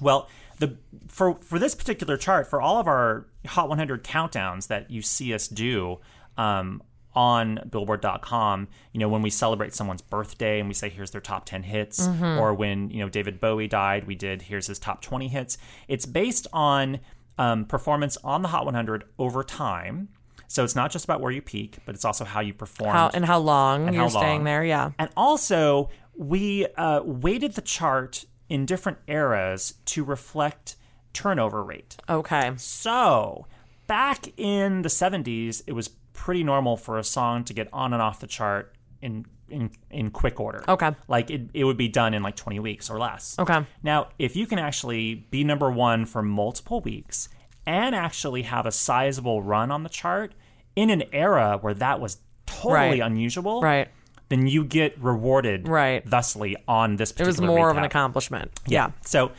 [SPEAKER 1] Well, the for for this particular chart, for all of our Hot 100 countdowns that you see us do um, on Billboard.com, you know, when we celebrate someone's birthday and we say here's their top 10 hits, or when you know David Bowie died, we did here's his top 20 hits. It's based on um, performance on the Hot 100 over time. So it's not just about where you peak, but it's also how you perform
[SPEAKER 2] How and how long
[SPEAKER 1] And
[SPEAKER 2] you're
[SPEAKER 1] how
[SPEAKER 2] staying
[SPEAKER 1] long.
[SPEAKER 2] there? Yeah.
[SPEAKER 1] and also we uh, weighted the chart in different eras to reflect turnover rate.
[SPEAKER 2] Okay.
[SPEAKER 1] So back in the 70s, it was pretty normal for a song to get on and off the chart in in, in quick order.
[SPEAKER 2] Okay.
[SPEAKER 1] Like it, it would be done in like 20 weeks or less.
[SPEAKER 2] Okay.
[SPEAKER 1] Now, if you can actually be number one for multiple weeks and actually have a sizable run on the chart in an era where that was totally
[SPEAKER 2] Right.
[SPEAKER 1] unusual,
[SPEAKER 2] Right.
[SPEAKER 1] then you get rewarded
[SPEAKER 2] Right.
[SPEAKER 1] thusly on this
[SPEAKER 2] It
[SPEAKER 1] particular
[SPEAKER 2] was more of an
[SPEAKER 1] recap.
[SPEAKER 2] accomplishment.
[SPEAKER 1] Yeah. So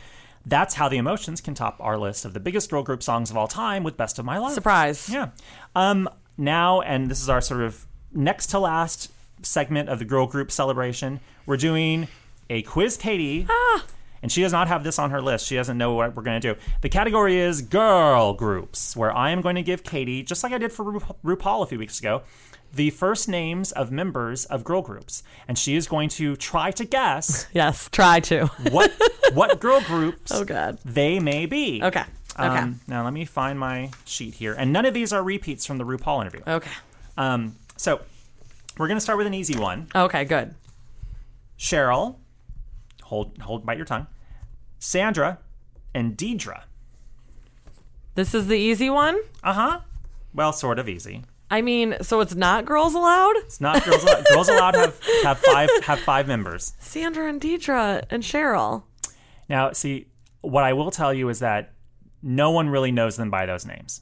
[SPEAKER 1] that's how the emotions can top our list of the biggest girl group songs of all time with Best of My Love.
[SPEAKER 2] Surprise.
[SPEAKER 1] Yeah. Um, now, and this is our sort of next to last segment of the girl group celebration, we're doing a quiz Katie. And she does not have this on her list. She doesn't know what we're going to do. The category is girl groups, where I am going to give Katie, just like I did for Ru- RuPaul a few weeks ago, the first names of members of girl groups. And she is going to try to guess
[SPEAKER 2] Yes. Try to.
[SPEAKER 1] what what girl groups
[SPEAKER 2] Oh, God.
[SPEAKER 1] they may be.
[SPEAKER 2] Okay. Okay.
[SPEAKER 1] Um, now let me find my sheet here, and none of these are repeats from the RuPaul interview.
[SPEAKER 2] okay.
[SPEAKER 1] Um, so we're gonna start with an easy one.
[SPEAKER 2] Okay. Good.
[SPEAKER 1] Cheryl, hold hold bite your tongue. Sandra and Deidre.
[SPEAKER 2] This is the easy one.
[SPEAKER 1] Uh huh. Well, sort of easy.
[SPEAKER 2] I mean, so it's not girls allowed.
[SPEAKER 1] It's not girls. allowed, girls allowed have have five have five members.
[SPEAKER 2] Sandra and Deidre and Cheryl.
[SPEAKER 1] Now, see what I will tell you is that no one really knows them by those names.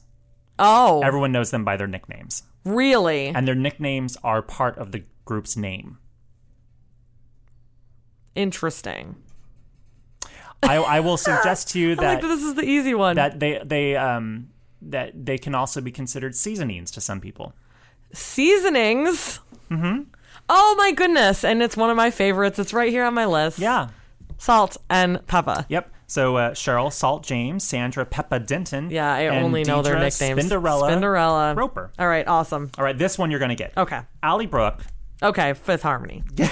[SPEAKER 2] Oh,
[SPEAKER 1] Everyone knows them by their nicknames.
[SPEAKER 2] really?
[SPEAKER 1] and their nicknames are part of the group's name.
[SPEAKER 2] Interesting.
[SPEAKER 1] I, I will suggest to you
[SPEAKER 2] I
[SPEAKER 1] that
[SPEAKER 2] like that this is the easy one.
[SPEAKER 1] that they they um that they can also be considered seasonings to some people.
[SPEAKER 2] Seasonings. Mm-hmm. Oh my goodness! And it's one of my favorites. It's right here on my list.
[SPEAKER 1] Yeah.
[SPEAKER 2] Salt and pepper.
[SPEAKER 1] Yep. So uh, Cheryl, Salt, James, Sandra, Peppa Denton.
[SPEAKER 2] Yeah, I
[SPEAKER 1] and
[SPEAKER 2] only know their
[SPEAKER 1] Deidre
[SPEAKER 2] nicknames.
[SPEAKER 1] Spinderella,
[SPEAKER 2] Spinderella.
[SPEAKER 1] Roper.
[SPEAKER 2] All right. Awesome.
[SPEAKER 1] All right, this one you're gonna get.
[SPEAKER 2] Okay.
[SPEAKER 1] Allie Brooke,
[SPEAKER 2] Okay. Fifth Harmony.
[SPEAKER 1] uh,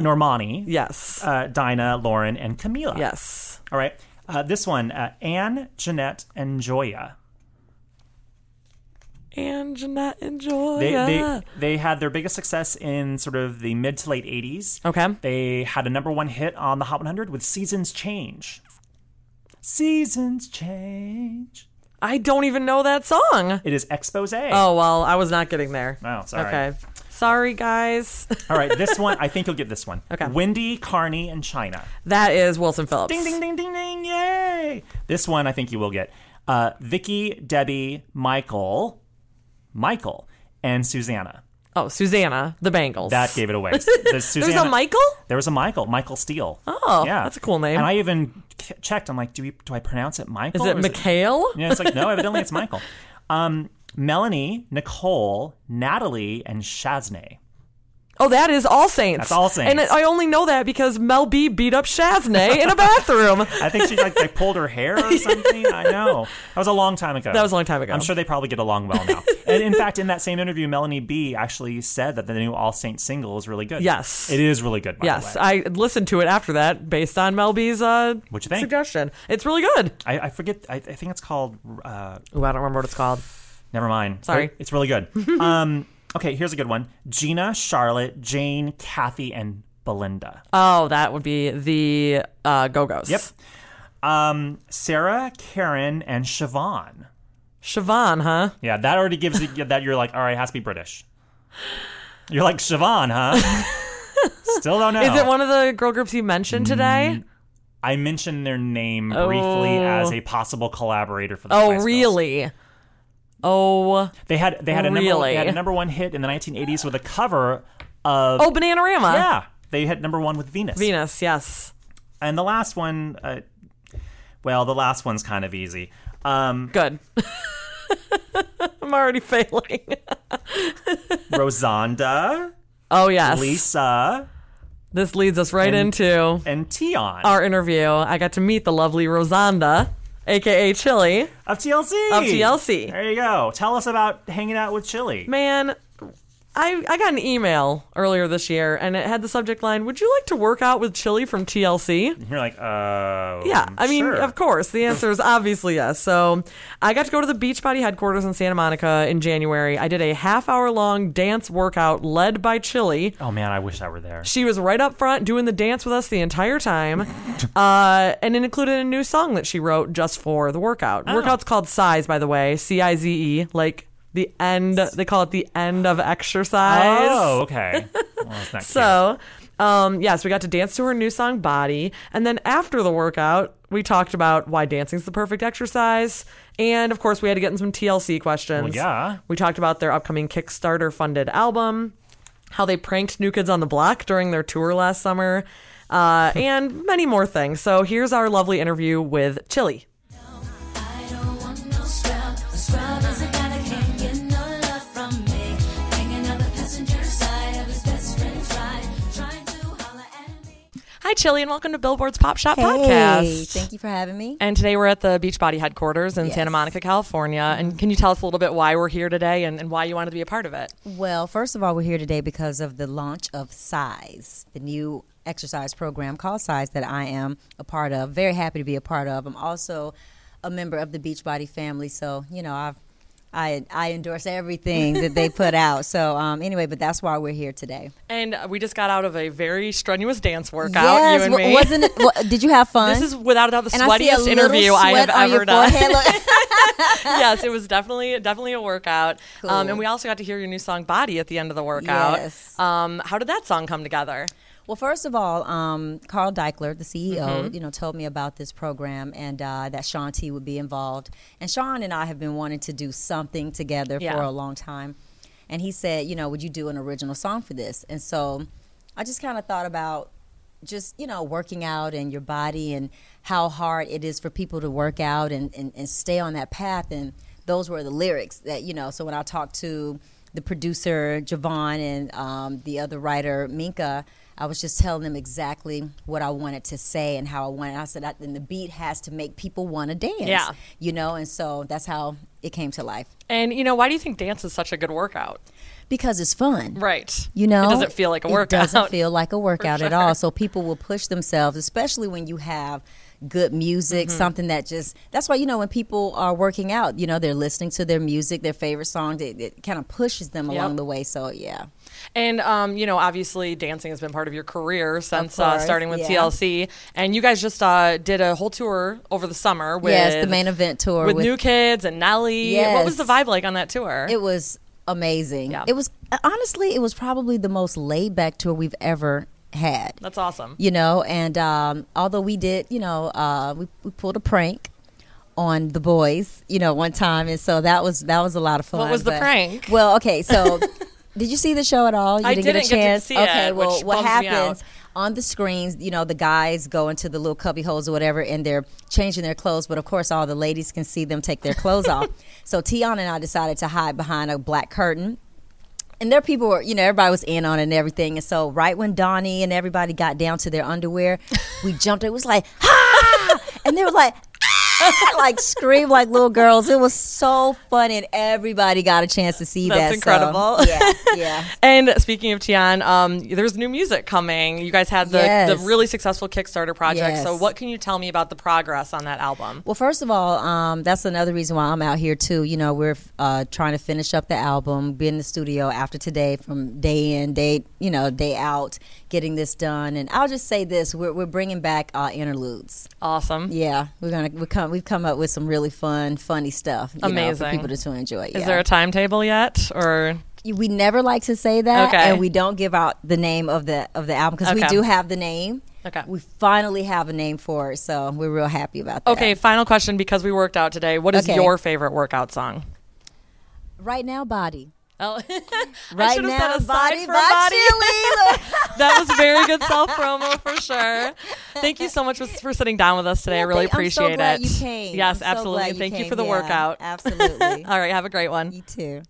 [SPEAKER 1] Normani,
[SPEAKER 2] Yes.
[SPEAKER 1] uh, Dinah, Lauren, and Camila.
[SPEAKER 2] yes.
[SPEAKER 1] All right. Uh, this one, uh, Anne, Jeanette, and Joya.
[SPEAKER 2] And Jeanette and Joya.
[SPEAKER 1] They, they they had their biggest success in sort of the mid to late 80s.
[SPEAKER 2] Okay.
[SPEAKER 1] They had a number one hit on the Hot 100 with Seasons Change. Seasons Change.
[SPEAKER 2] I don't even know that song.
[SPEAKER 1] It is expose.
[SPEAKER 2] Oh well, I was not getting there.
[SPEAKER 1] Oh, sorry.
[SPEAKER 2] Okay. Sorry, guys.
[SPEAKER 1] All right, this one, I think you'll get this one.
[SPEAKER 2] Okay.
[SPEAKER 1] Wendy, Carney, and China.
[SPEAKER 2] that is Wilson Phillips.
[SPEAKER 1] Ding, ding, ding, ding, ding. Yay. This one I think you will get. Uh, Vicky, Debbie, Michael, Michael, and Susanna.
[SPEAKER 2] Oh, Susanna, the Bengals.
[SPEAKER 1] That gave it away. The
[SPEAKER 2] There's
[SPEAKER 1] Susanna-
[SPEAKER 2] a Michael?
[SPEAKER 1] There was a Michael, Michael Steele.
[SPEAKER 2] Oh, that's a cool name.
[SPEAKER 1] And I even c- checked. I'm like, do we do I pronounce it
[SPEAKER 2] Is
[SPEAKER 1] Michael?
[SPEAKER 2] it
[SPEAKER 1] or
[SPEAKER 2] McHale?
[SPEAKER 1] Yeah, it's like no, evidently it's Michael. Um, Melanie, Nicole, Natalie, and Shaznay.
[SPEAKER 2] Oh, that is All Saints.
[SPEAKER 1] That's All Saints.
[SPEAKER 2] And I only know that because Mel B beat up Shaznay in a bathroom.
[SPEAKER 1] I think she like they pulled her hair or something. I know that was a long time ago.
[SPEAKER 2] That was a long time ago.
[SPEAKER 1] I'm sure they probably get along well now. and in fact, in that same interview, Melanie B actually said that the new All Saints single is really good.
[SPEAKER 2] Yes.
[SPEAKER 1] it is really good. By
[SPEAKER 2] Yes,
[SPEAKER 1] the way.
[SPEAKER 2] I listened to it after that based on Mel B's uh,
[SPEAKER 1] What'd you think?
[SPEAKER 2] suggestion. It's really good.
[SPEAKER 1] I, I forget. I, I think it's called. Uh,
[SPEAKER 2] Ooh, I don't remember what it's called.
[SPEAKER 1] Never mind.
[SPEAKER 2] Sorry.
[SPEAKER 1] It's really good. um, okay, here's a good one Gina, Charlotte, Jane, Kathy, and Belinda.
[SPEAKER 2] Oh, that would be the uh, Go Go's.
[SPEAKER 1] Yep. Um, Sarah, Karen, and Siobhan.
[SPEAKER 2] Siobhan, huh?
[SPEAKER 1] Yeah, that already gives you that you're like, all right, it has to be British. You're like Siobhan, huh? Still don't know.
[SPEAKER 2] Is it one of the girl groups you mentioned
[SPEAKER 1] Mm,
[SPEAKER 2] today?
[SPEAKER 1] I mentioned their name briefly
[SPEAKER 2] Oh.
[SPEAKER 1] as a possible collaborator for the Spice
[SPEAKER 2] Oh,
[SPEAKER 1] Girls. Uh,
[SPEAKER 2] really? Oh,
[SPEAKER 1] They had they had a number
[SPEAKER 2] Really?
[SPEAKER 1] they had a number one hit in the 1980s with a cover of
[SPEAKER 2] oh, Bananarama.
[SPEAKER 1] yeah they hit number one with Venus
[SPEAKER 2] Venus. Yes.
[SPEAKER 1] and the last one uh, well the last one's kind of easy um,
[SPEAKER 2] Good. I'm already failing.
[SPEAKER 1] Rosanda
[SPEAKER 2] Oh yes.
[SPEAKER 1] Lisa
[SPEAKER 2] This leads us right into
[SPEAKER 1] and Tion
[SPEAKER 2] our interview. I got to meet the lovely Rosanda, aka Chili.
[SPEAKER 1] of TLC
[SPEAKER 2] Of TLC.
[SPEAKER 1] there you go tell us about hanging out with Chili
[SPEAKER 2] Man, I I got an email earlier this year and it had the subject line, "Would you like to work out with Chili from TLC?"
[SPEAKER 1] you're like oh
[SPEAKER 2] Yeah, I mean,
[SPEAKER 1] Mm-hmm. sure.
[SPEAKER 2] of course, the answer is obviously yes. So I got to go to the Beachbody headquarters in Santa Monica in January. I did a half hour long dance workout led by Chili.
[SPEAKER 1] oh man I wish I were there
[SPEAKER 2] She was right up front doing the dance with us the entire time. Uh, and it included a new song that she wrote just for the workout. Workout's called Size, by the way C I Z E, like the end, they call it the end of exercise.
[SPEAKER 1] oh okay well, that's not cute.
[SPEAKER 2] So, um, yes, we got to dance to her new song, Body. And then after the workout, we talked about why dancing's the perfect exercise. And of course, we had to get in some TLC questions.
[SPEAKER 1] Well, yeah.
[SPEAKER 2] We talked about their upcoming Kickstarter funded album, how they pranked New Kids on the Block during their tour last summer, uh, and many more things. So, here's our lovely interview with Chili.
[SPEAKER 3] I don't want no scrub. A scrub is a guy that can't get no love from me. Hanging on the passenger side of his best friend's ride, trying to holler at me.
[SPEAKER 2] Hi, Chili, and welcome to Billboard's Pop Shop
[SPEAKER 4] Hey,
[SPEAKER 2] Podcast.
[SPEAKER 4] thank you for having me.
[SPEAKER 2] And today we're at the Beachbody headquarters in Santa
[SPEAKER 4] Yes. Mm-hmm.
[SPEAKER 2] Monica, California. And can you tell us a little bit why we're here today and, and why you wanted to be a part of it?
[SPEAKER 4] Well, first of all, we're here today because of the launch of Size, the new exercise program called Size that I am a part of. Very happy to be a part of. I'm also a member of the Beachbody family, so you know I've. I, I endorse everything that they put out. So um, anyway, but that's why we're here today.
[SPEAKER 2] And we just got out of a very strenuous dance workout.
[SPEAKER 4] yes,
[SPEAKER 2] you and
[SPEAKER 4] wa-
[SPEAKER 2] me.
[SPEAKER 4] wasn't it? wa- did you have fun?
[SPEAKER 2] This is without a doubt the
[SPEAKER 4] and I see a
[SPEAKER 2] sweatiest
[SPEAKER 4] little
[SPEAKER 2] interview I have
[SPEAKER 4] sweat on
[SPEAKER 2] ever
[SPEAKER 4] your
[SPEAKER 2] done.
[SPEAKER 4] forehead. Look-
[SPEAKER 2] yes, it was definitely definitely a workout. Um,
[SPEAKER 4] Cool.
[SPEAKER 2] and we also got to hear your new song "Body" at the end of the workout.
[SPEAKER 4] Yes.
[SPEAKER 2] Um, how did that song come together?
[SPEAKER 4] Well, first of all, um, Carl Deichler, the CEO, you know, told me about this program and uh, that Sean T would be involved. And Sean and I have been wanting to do something together
[SPEAKER 2] Yeah.
[SPEAKER 4] for a long time. And he said, you know, would you do an original song for this? And so I just kind of thought about just, you know, working out and your body and how hard it is for people to work out and, and, and stay on that path. And those were the lyrics that, you know, so when I talked to the producer, Javon, and um, the other writer, Minka, I was just telling them exactly what I wanted to say and how I wanted. I said, I, then the beat has to make people want to dance,
[SPEAKER 2] Yeah.
[SPEAKER 4] you know, and so that's how it came to life
[SPEAKER 2] And you know, why do you think dance is such a good workout?
[SPEAKER 4] because it's fun,
[SPEAKER 2] Right.
[SPEAKER 4] you know,
[SPEAKER 2] it doesn't feel like a workout.
[SPEAKER 4] It doesn't feel like a workout at all. So people will push themselves, especially when you have good music,
[SPEAKER 2] Mm-hmm.
[SPEAKER 4] something that just. That's why you know when people are working out, you know, they're listening to their music, their favorite song. It, it kind of pushes them along the way. So yeah,
[SPEAKER 2] And um, you know, obviously, dancing has been part of your career since uh,
[SPEAKER 4] course,
[SPEAKER 2] starting with
[SPEAKER 4] yeah.
[SPEAKER 2] TLC. And you guys just uh, did a whole tour over the summer with
[SPEAKER 4] yes, the main event tour
[SPEAKER 2] with, New Kids and Nelly. What was the
[SPEAKER 4] Yes.
[SPEAKER 2] vibe like on that tour?
[SPEAKER 4] It was amazing.
[SPEAKER 2] Yeah.
[SPEAKER 4] It was honestly, it was probably the most laid back tour we've ever had.
[SPEAKER 2] That's awesome.
[SPEAKER 4] You know, and um, although we did, you know, uh, we, we pulled a prank on the boys, you know, one time, and so that was that was a lot of fun.
[SPEAKER 2] was the prank?
[SPEAKER 4] Well, okay, so. Did you see the show at all? You
[SPEAKER 2] I
[SPEAKER 4] get a
[SPEAKER 2] didn't get to
[SPEAKER 4] chance.
[SPEAKER 2] see
[SPEAKER 4] okay,
[SPEAKER 2] it,
[SPEAKER 4] well,
[SPEAKER 2] which
[SPEAKER 4] what
[SPEAKER 2] bums me out.
[SPEAKER 4] happens on the screens? You know, the guys go into the little cubby holes or whatever, and they're changing their clothes. But of course, all the ladies can see them take their clothes off. So Tion and I decided to hide behind a black curtain and there people were, you know, everybody was in on it and everything. And so right when Donnie and everybody got down to their underwear, we jumped. It was like, ah! And they were like, ah! like scream like little girls. It was so fun, and everybody got a chance to see
[SPEAKER 2] That's
[SPEAKER 4] that. so,
[SPEAKER 2] incredible.
[SPEAKER 4] yeah, yeah.
[SPEAKER 2] And speaking of Tian, um, there's new music coming. You guys had the,
[SPEAKER 4] Yes.
[SPEAKER 2] the really successful Kickstarter project. So,
[SPEAKER 4] Yes.
[SPEAKER 2] what can you tell me about the progress on that album?
[SPEAKER 4] Well, first of all, um, that's another reason why I'm out here too. You know, we're uh, trying to finish up the album, be in the studio after today, from day in, day you know, day out, getting this done. And I'll just say this: we're we're bringing back uh, interludes.
[SPEAKER 2] Awesome.
[SPEAKER 4] Yeah, we're gonna we come we've come up with some really fun, funny stuff. you know,
[SPEAKER 2] Amazing.
[SPEAKER 4] for people to, to enjoy.
[SPEAKER 2] Is there a timetable yet, or
[SPEAKER 4] we never like to say that,
[SPEAKER 2] Okay.
[SPEAKER 4] and we don't give out the name of the of the album because we
[SPEAKER 2] Okay.
[SPEAKER 4] do have the name.
[SPEAKER 2] Okay.
[SPEAKER 4] we finally have a name for it, so we're real happy about that.
[SPEAKER 2] okay? Final question because we worked out today. What is
[SPEAKER 4] Okay.
[SPEAKER 2] your favorite workout song?
[SPEAKER 4] right now, body.
[SPEAKER 2] Oh, I
[SPEAKER 4] Right
[SPEAKER 2] should
[SPEAKER 4] now,
[SPEAKER 2] have said aside
[SPEAKER 4] body
[SPEAKER 2] for
[SPEAKER 4] by
[SPEAKER 2] body.
[SPEAKER 4] Chili.
[SPEAKER 2] that was very good self promo for sure. Thank you so much for, for sitting down with us today. I
[SPEAKER 4] Yeah,
[SPEAKER 2] really
[SPEAKER 4] thank- I'm so
[SPEAKER 2] appreciate
[SPEAKER 4] glad
[SPEAKER 2] it.
[SPEAKER 4] You came. I'm
[SPEAKER 2] Yes,
[SPEAKER 4] so
[SPEAKER 2] absolutely.
[SPEAKER 4] glad
[SPEAKER 2] Thank you
[SPEAKER 4] came.
[SPEAKER 2] for the
[SPEAKER 4] Yeah,
[SPEAKER 2] workout.
[SPEAKER 4] Absolutely.
[SPEAKER 2] All right, have a great one.
[SPEAKER 4] you too.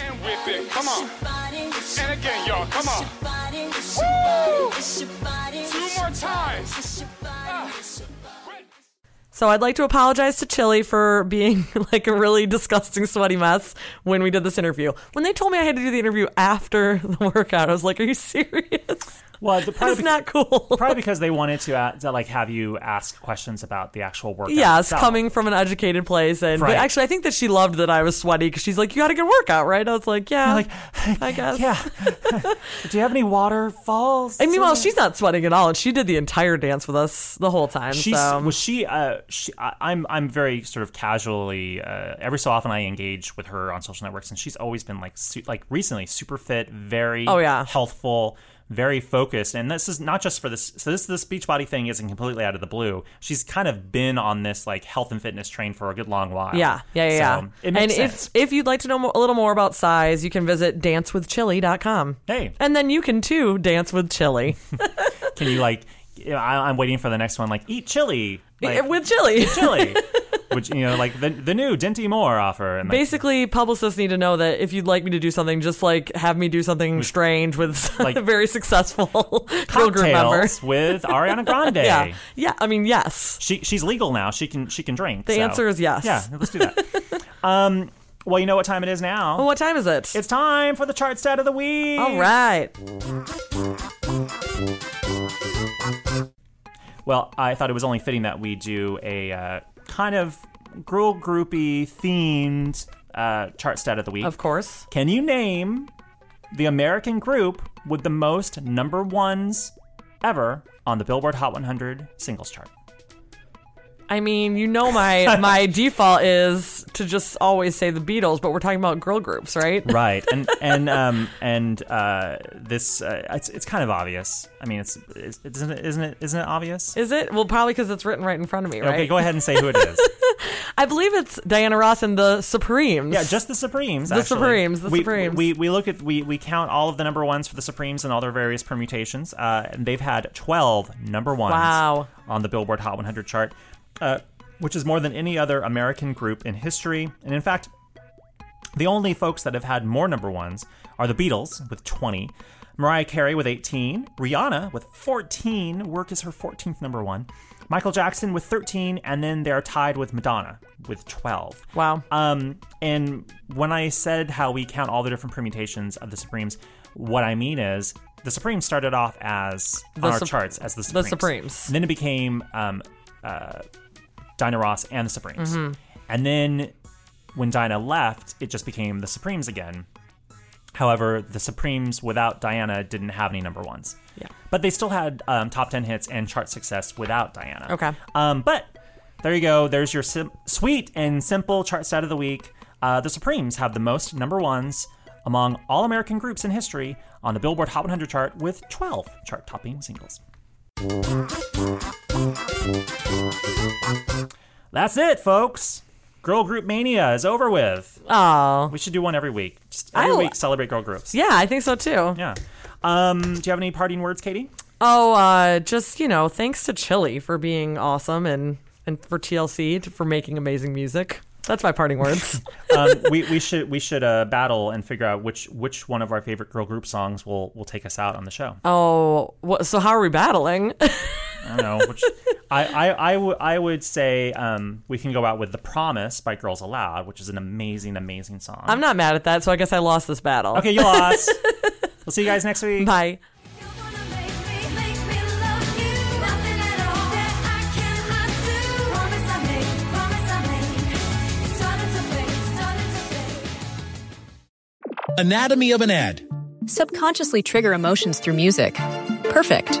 [SPEAKER 5] and whip it. Come on.
[SPEAKER 3] Body,
[SPEAKER 5] And again, y'all. Come on.
[SPEAKER 3] body,
[SPEAKER 5] Woo!
[SPEAKER 3] it's your body,
[SPEAKER 5] Two more times.
[SPEAKER 3] it's your body, it's your
[SPEAKER 5] Ah.
[SPEAKER 2] So I'd like to apologize to Chili for being like a really disgusting sweaty mess when we did this interview. When they told me I had to do the interview after the workout, I was like, "Are you serious?
[SPEAKER 1] Well, the,
[SPEAKER 2] That
[SPEAKER 1] probably,
[SPEAKER 2] is not cool."
[SPEAKER 1] probably because they wanted to, uh, to like have you ask questions about the actual workout.
[SPEAKER 2] Yes,
[SPEAKER 1] itself.
[SPEAKER 2] coming from an educated place, and but
[SPEAKER 1] Right.
[SPEAKER 2] actually, I think that she loved that I was sweaty because she's like, "You had a good workout, right?" I was like, "Yeah,
[SPEAKER 1] like,
[SPEAKER 2] I guess."
[SPEAKER 1] Yeah. Do you have any waterfalls?
[SPEAKER 2] And meanwhile, she's not sweating at all, and she did the entire dance with us the whole time.
[SPEAKER 1] She's
[SPEAKER 2] so
[SPEAKER 1] was she? Uh, she I, I'm I'm very sort of casually. Uh, every so often, I engage with her on social networks, and she's always been like su- like recently super fit, very
[SPEAKER 2] Oh, yeah.
[SPEAKER 1] healthful, very focused. And this is not just for this. So this this Beachbody thing isn't completely out of the blue. She's kind of been on this like health and fitness train for a good long while.
[SPEAKER 2] yeah, yeah, yeah. yeah.
[SPEAKER 1] So it makes
[SPEAKER 2] and
[SPEAKER 1] sense.
[SPEAKER 2] if if you'd like to know mo- a little more about size, you can visit dancewithchili.com.
[SPEAKER 1] Hey.
[SPEAKER 2] and then you can too dance with chili
[SPEAKER 1] Can you like? you know, I, I'm waiting for the next one. Like eat chili like,
[SPEAKER 2] with chili.
[SPEAKER 1] chili. Which you know, like the the new Dinty Moore offer, and like,
[SPEAKER 2] Basically, publicists need to know that if you'd like me to do something, just like have me do something strange with
[SPEAKER 1] like,
[SPEAKER 2] a very successful girl group member.
[SPEAKER 1] cocktails with Ariana Grande.
[SPEAKER 2] Yeah, yeah. I mean, yes.
[SPEAKER 1] She she's legal now. She can she can drink.
[SPEAKER 2] The
[SPEAKER 1] so-
[SPEAKER 2] answer is yes.
[SPEAKER 1] Yeah, let's do that. um, well, you know what time it is now.
[SPEAKER 2] Well, what time is it?
[SPEAKER 1] it's time for the chart stat of the week.
[SPEAKER 2] all right.
[SPEAKER 1] Well, I thought it was only fitting that we do a uh, kind of girl groupy themed uh, chart stat of the week.
[SPEAKER 2] Of course.
[SPEAKER 1] Can you name the American group with the most number ones ever on the Billboard Hot 100 singles chart?
[SPEAKER 2] I mean, you know my my default is to just always say the Beatles, but we're talking about girl groups, right?
[SPEAKER 1] right and and um and uh this uh, it's it's kind of obvious i mean it's, it's isn't it isn't it isn't it obvious
[SPEAKER 2] Is it? Well, probably because it's written right in front of me, right?
[SPEAKER 1] okay go ahead and say who it is
[SPEAKER 2] I believe it's Diana Ross and the Supremes.
[SPEAKER 1] yeah just the supremes
[SPEAKER 2] The
[SPEAKER 1] actually.
[SPEAKER 2] Supremes, the
[SPEAKER 1] we,
[SPEAKER 2] Supremes.
[SPEAKER 1] we we look at we we count all of the number ones for the supremes and all their various permutations uh and they've had 12 number ones
[SPEAKER 2] Wow.
[SPEAKER 1] on the billboard hot 100 chart uh which is more than any other american group in history and in fact The only folks that have had more number ones are the Beatles with 20, Mariah Carey with 18, Rihanna with 14, Work is her 14th number one, Michael Jackson with 13, and then they're tied with Madonna with 12.
[SPEAKER 2] Wow.
[SPEAKER 1] Um, and when I said how we count all the different permutations of the Supremes, what I mean is the Supremes started off as
[SPEAKER 2] The
[SPEAKER 1] on our
[SPEAKER 2] Sup-
[SPEAKER 1] charts as the Supremes.
[SPEAKER 2] Supremes.
[SPEAKER 1] And then it became um, uh, Dinah Ross and the Supremes.
[SPEAKER 2] Mm-hmm.
[SPEAKER 1] And then when Dinah left, it just became the Supremes again. However, the Supremes without Diana didn't have any number ones. Yeah. But they still had um, top 10 hits and chart success without Diana.
[SPEAKER 2] Okay.
[SPEAKER 1] Um, but there you go. There's your sim- sweet and simple chart stat of the week. Uh, the Supremes have the most number ones among all American groups in history on the Billboard Hot 100 chart with 12 chart topping singles. That's it, folks. Girl group mania is over with.
[SPEAKER 2] Oh,
[SPEAKER 1] We should do one every week. Just every
[SPEAKER 2] I li-
[SPEAKER 1] week celebrate girl groups.
[SPEAKER 2] yeah. I think so too.
[SPEAKER 1] Yeah. Um, do you have any parting words, Katie?
[SPEAKER 2] Oh, uh, just you know, thanks to Chili for being awesome and and for TLC to, for making amazing music. That's my parting words.
[SPEAKER 1] Um, we, we should we should uh, battle and figure out which which one of our favorite girl group songs will will take us out on the show.
[SPEAKER 2] oh, what, so how are we battling?
[SPEAKER 1] I don't know. Which I I, I, w- I would say um, we can go out with "The Promise" by Girls Aloud, which is an amazing amazing song.
[SPEAKER 2] I'm not mad at that, so I guess I lost this battle.
[SPEAKER 1] okay, you lost. we'll see you guys next week.
[SPEAKER 2] Bye.
[SPEAKER 3] You wanna make me, make me love you. Nothing at all that I cannot do. Promise I made, promise I made. It's starting to fade, starting to fade.
[SPEAKER 6] Anatomy of an ad.
[SPEAKER 7] Subconsciously trigger emotions through music. Perfect.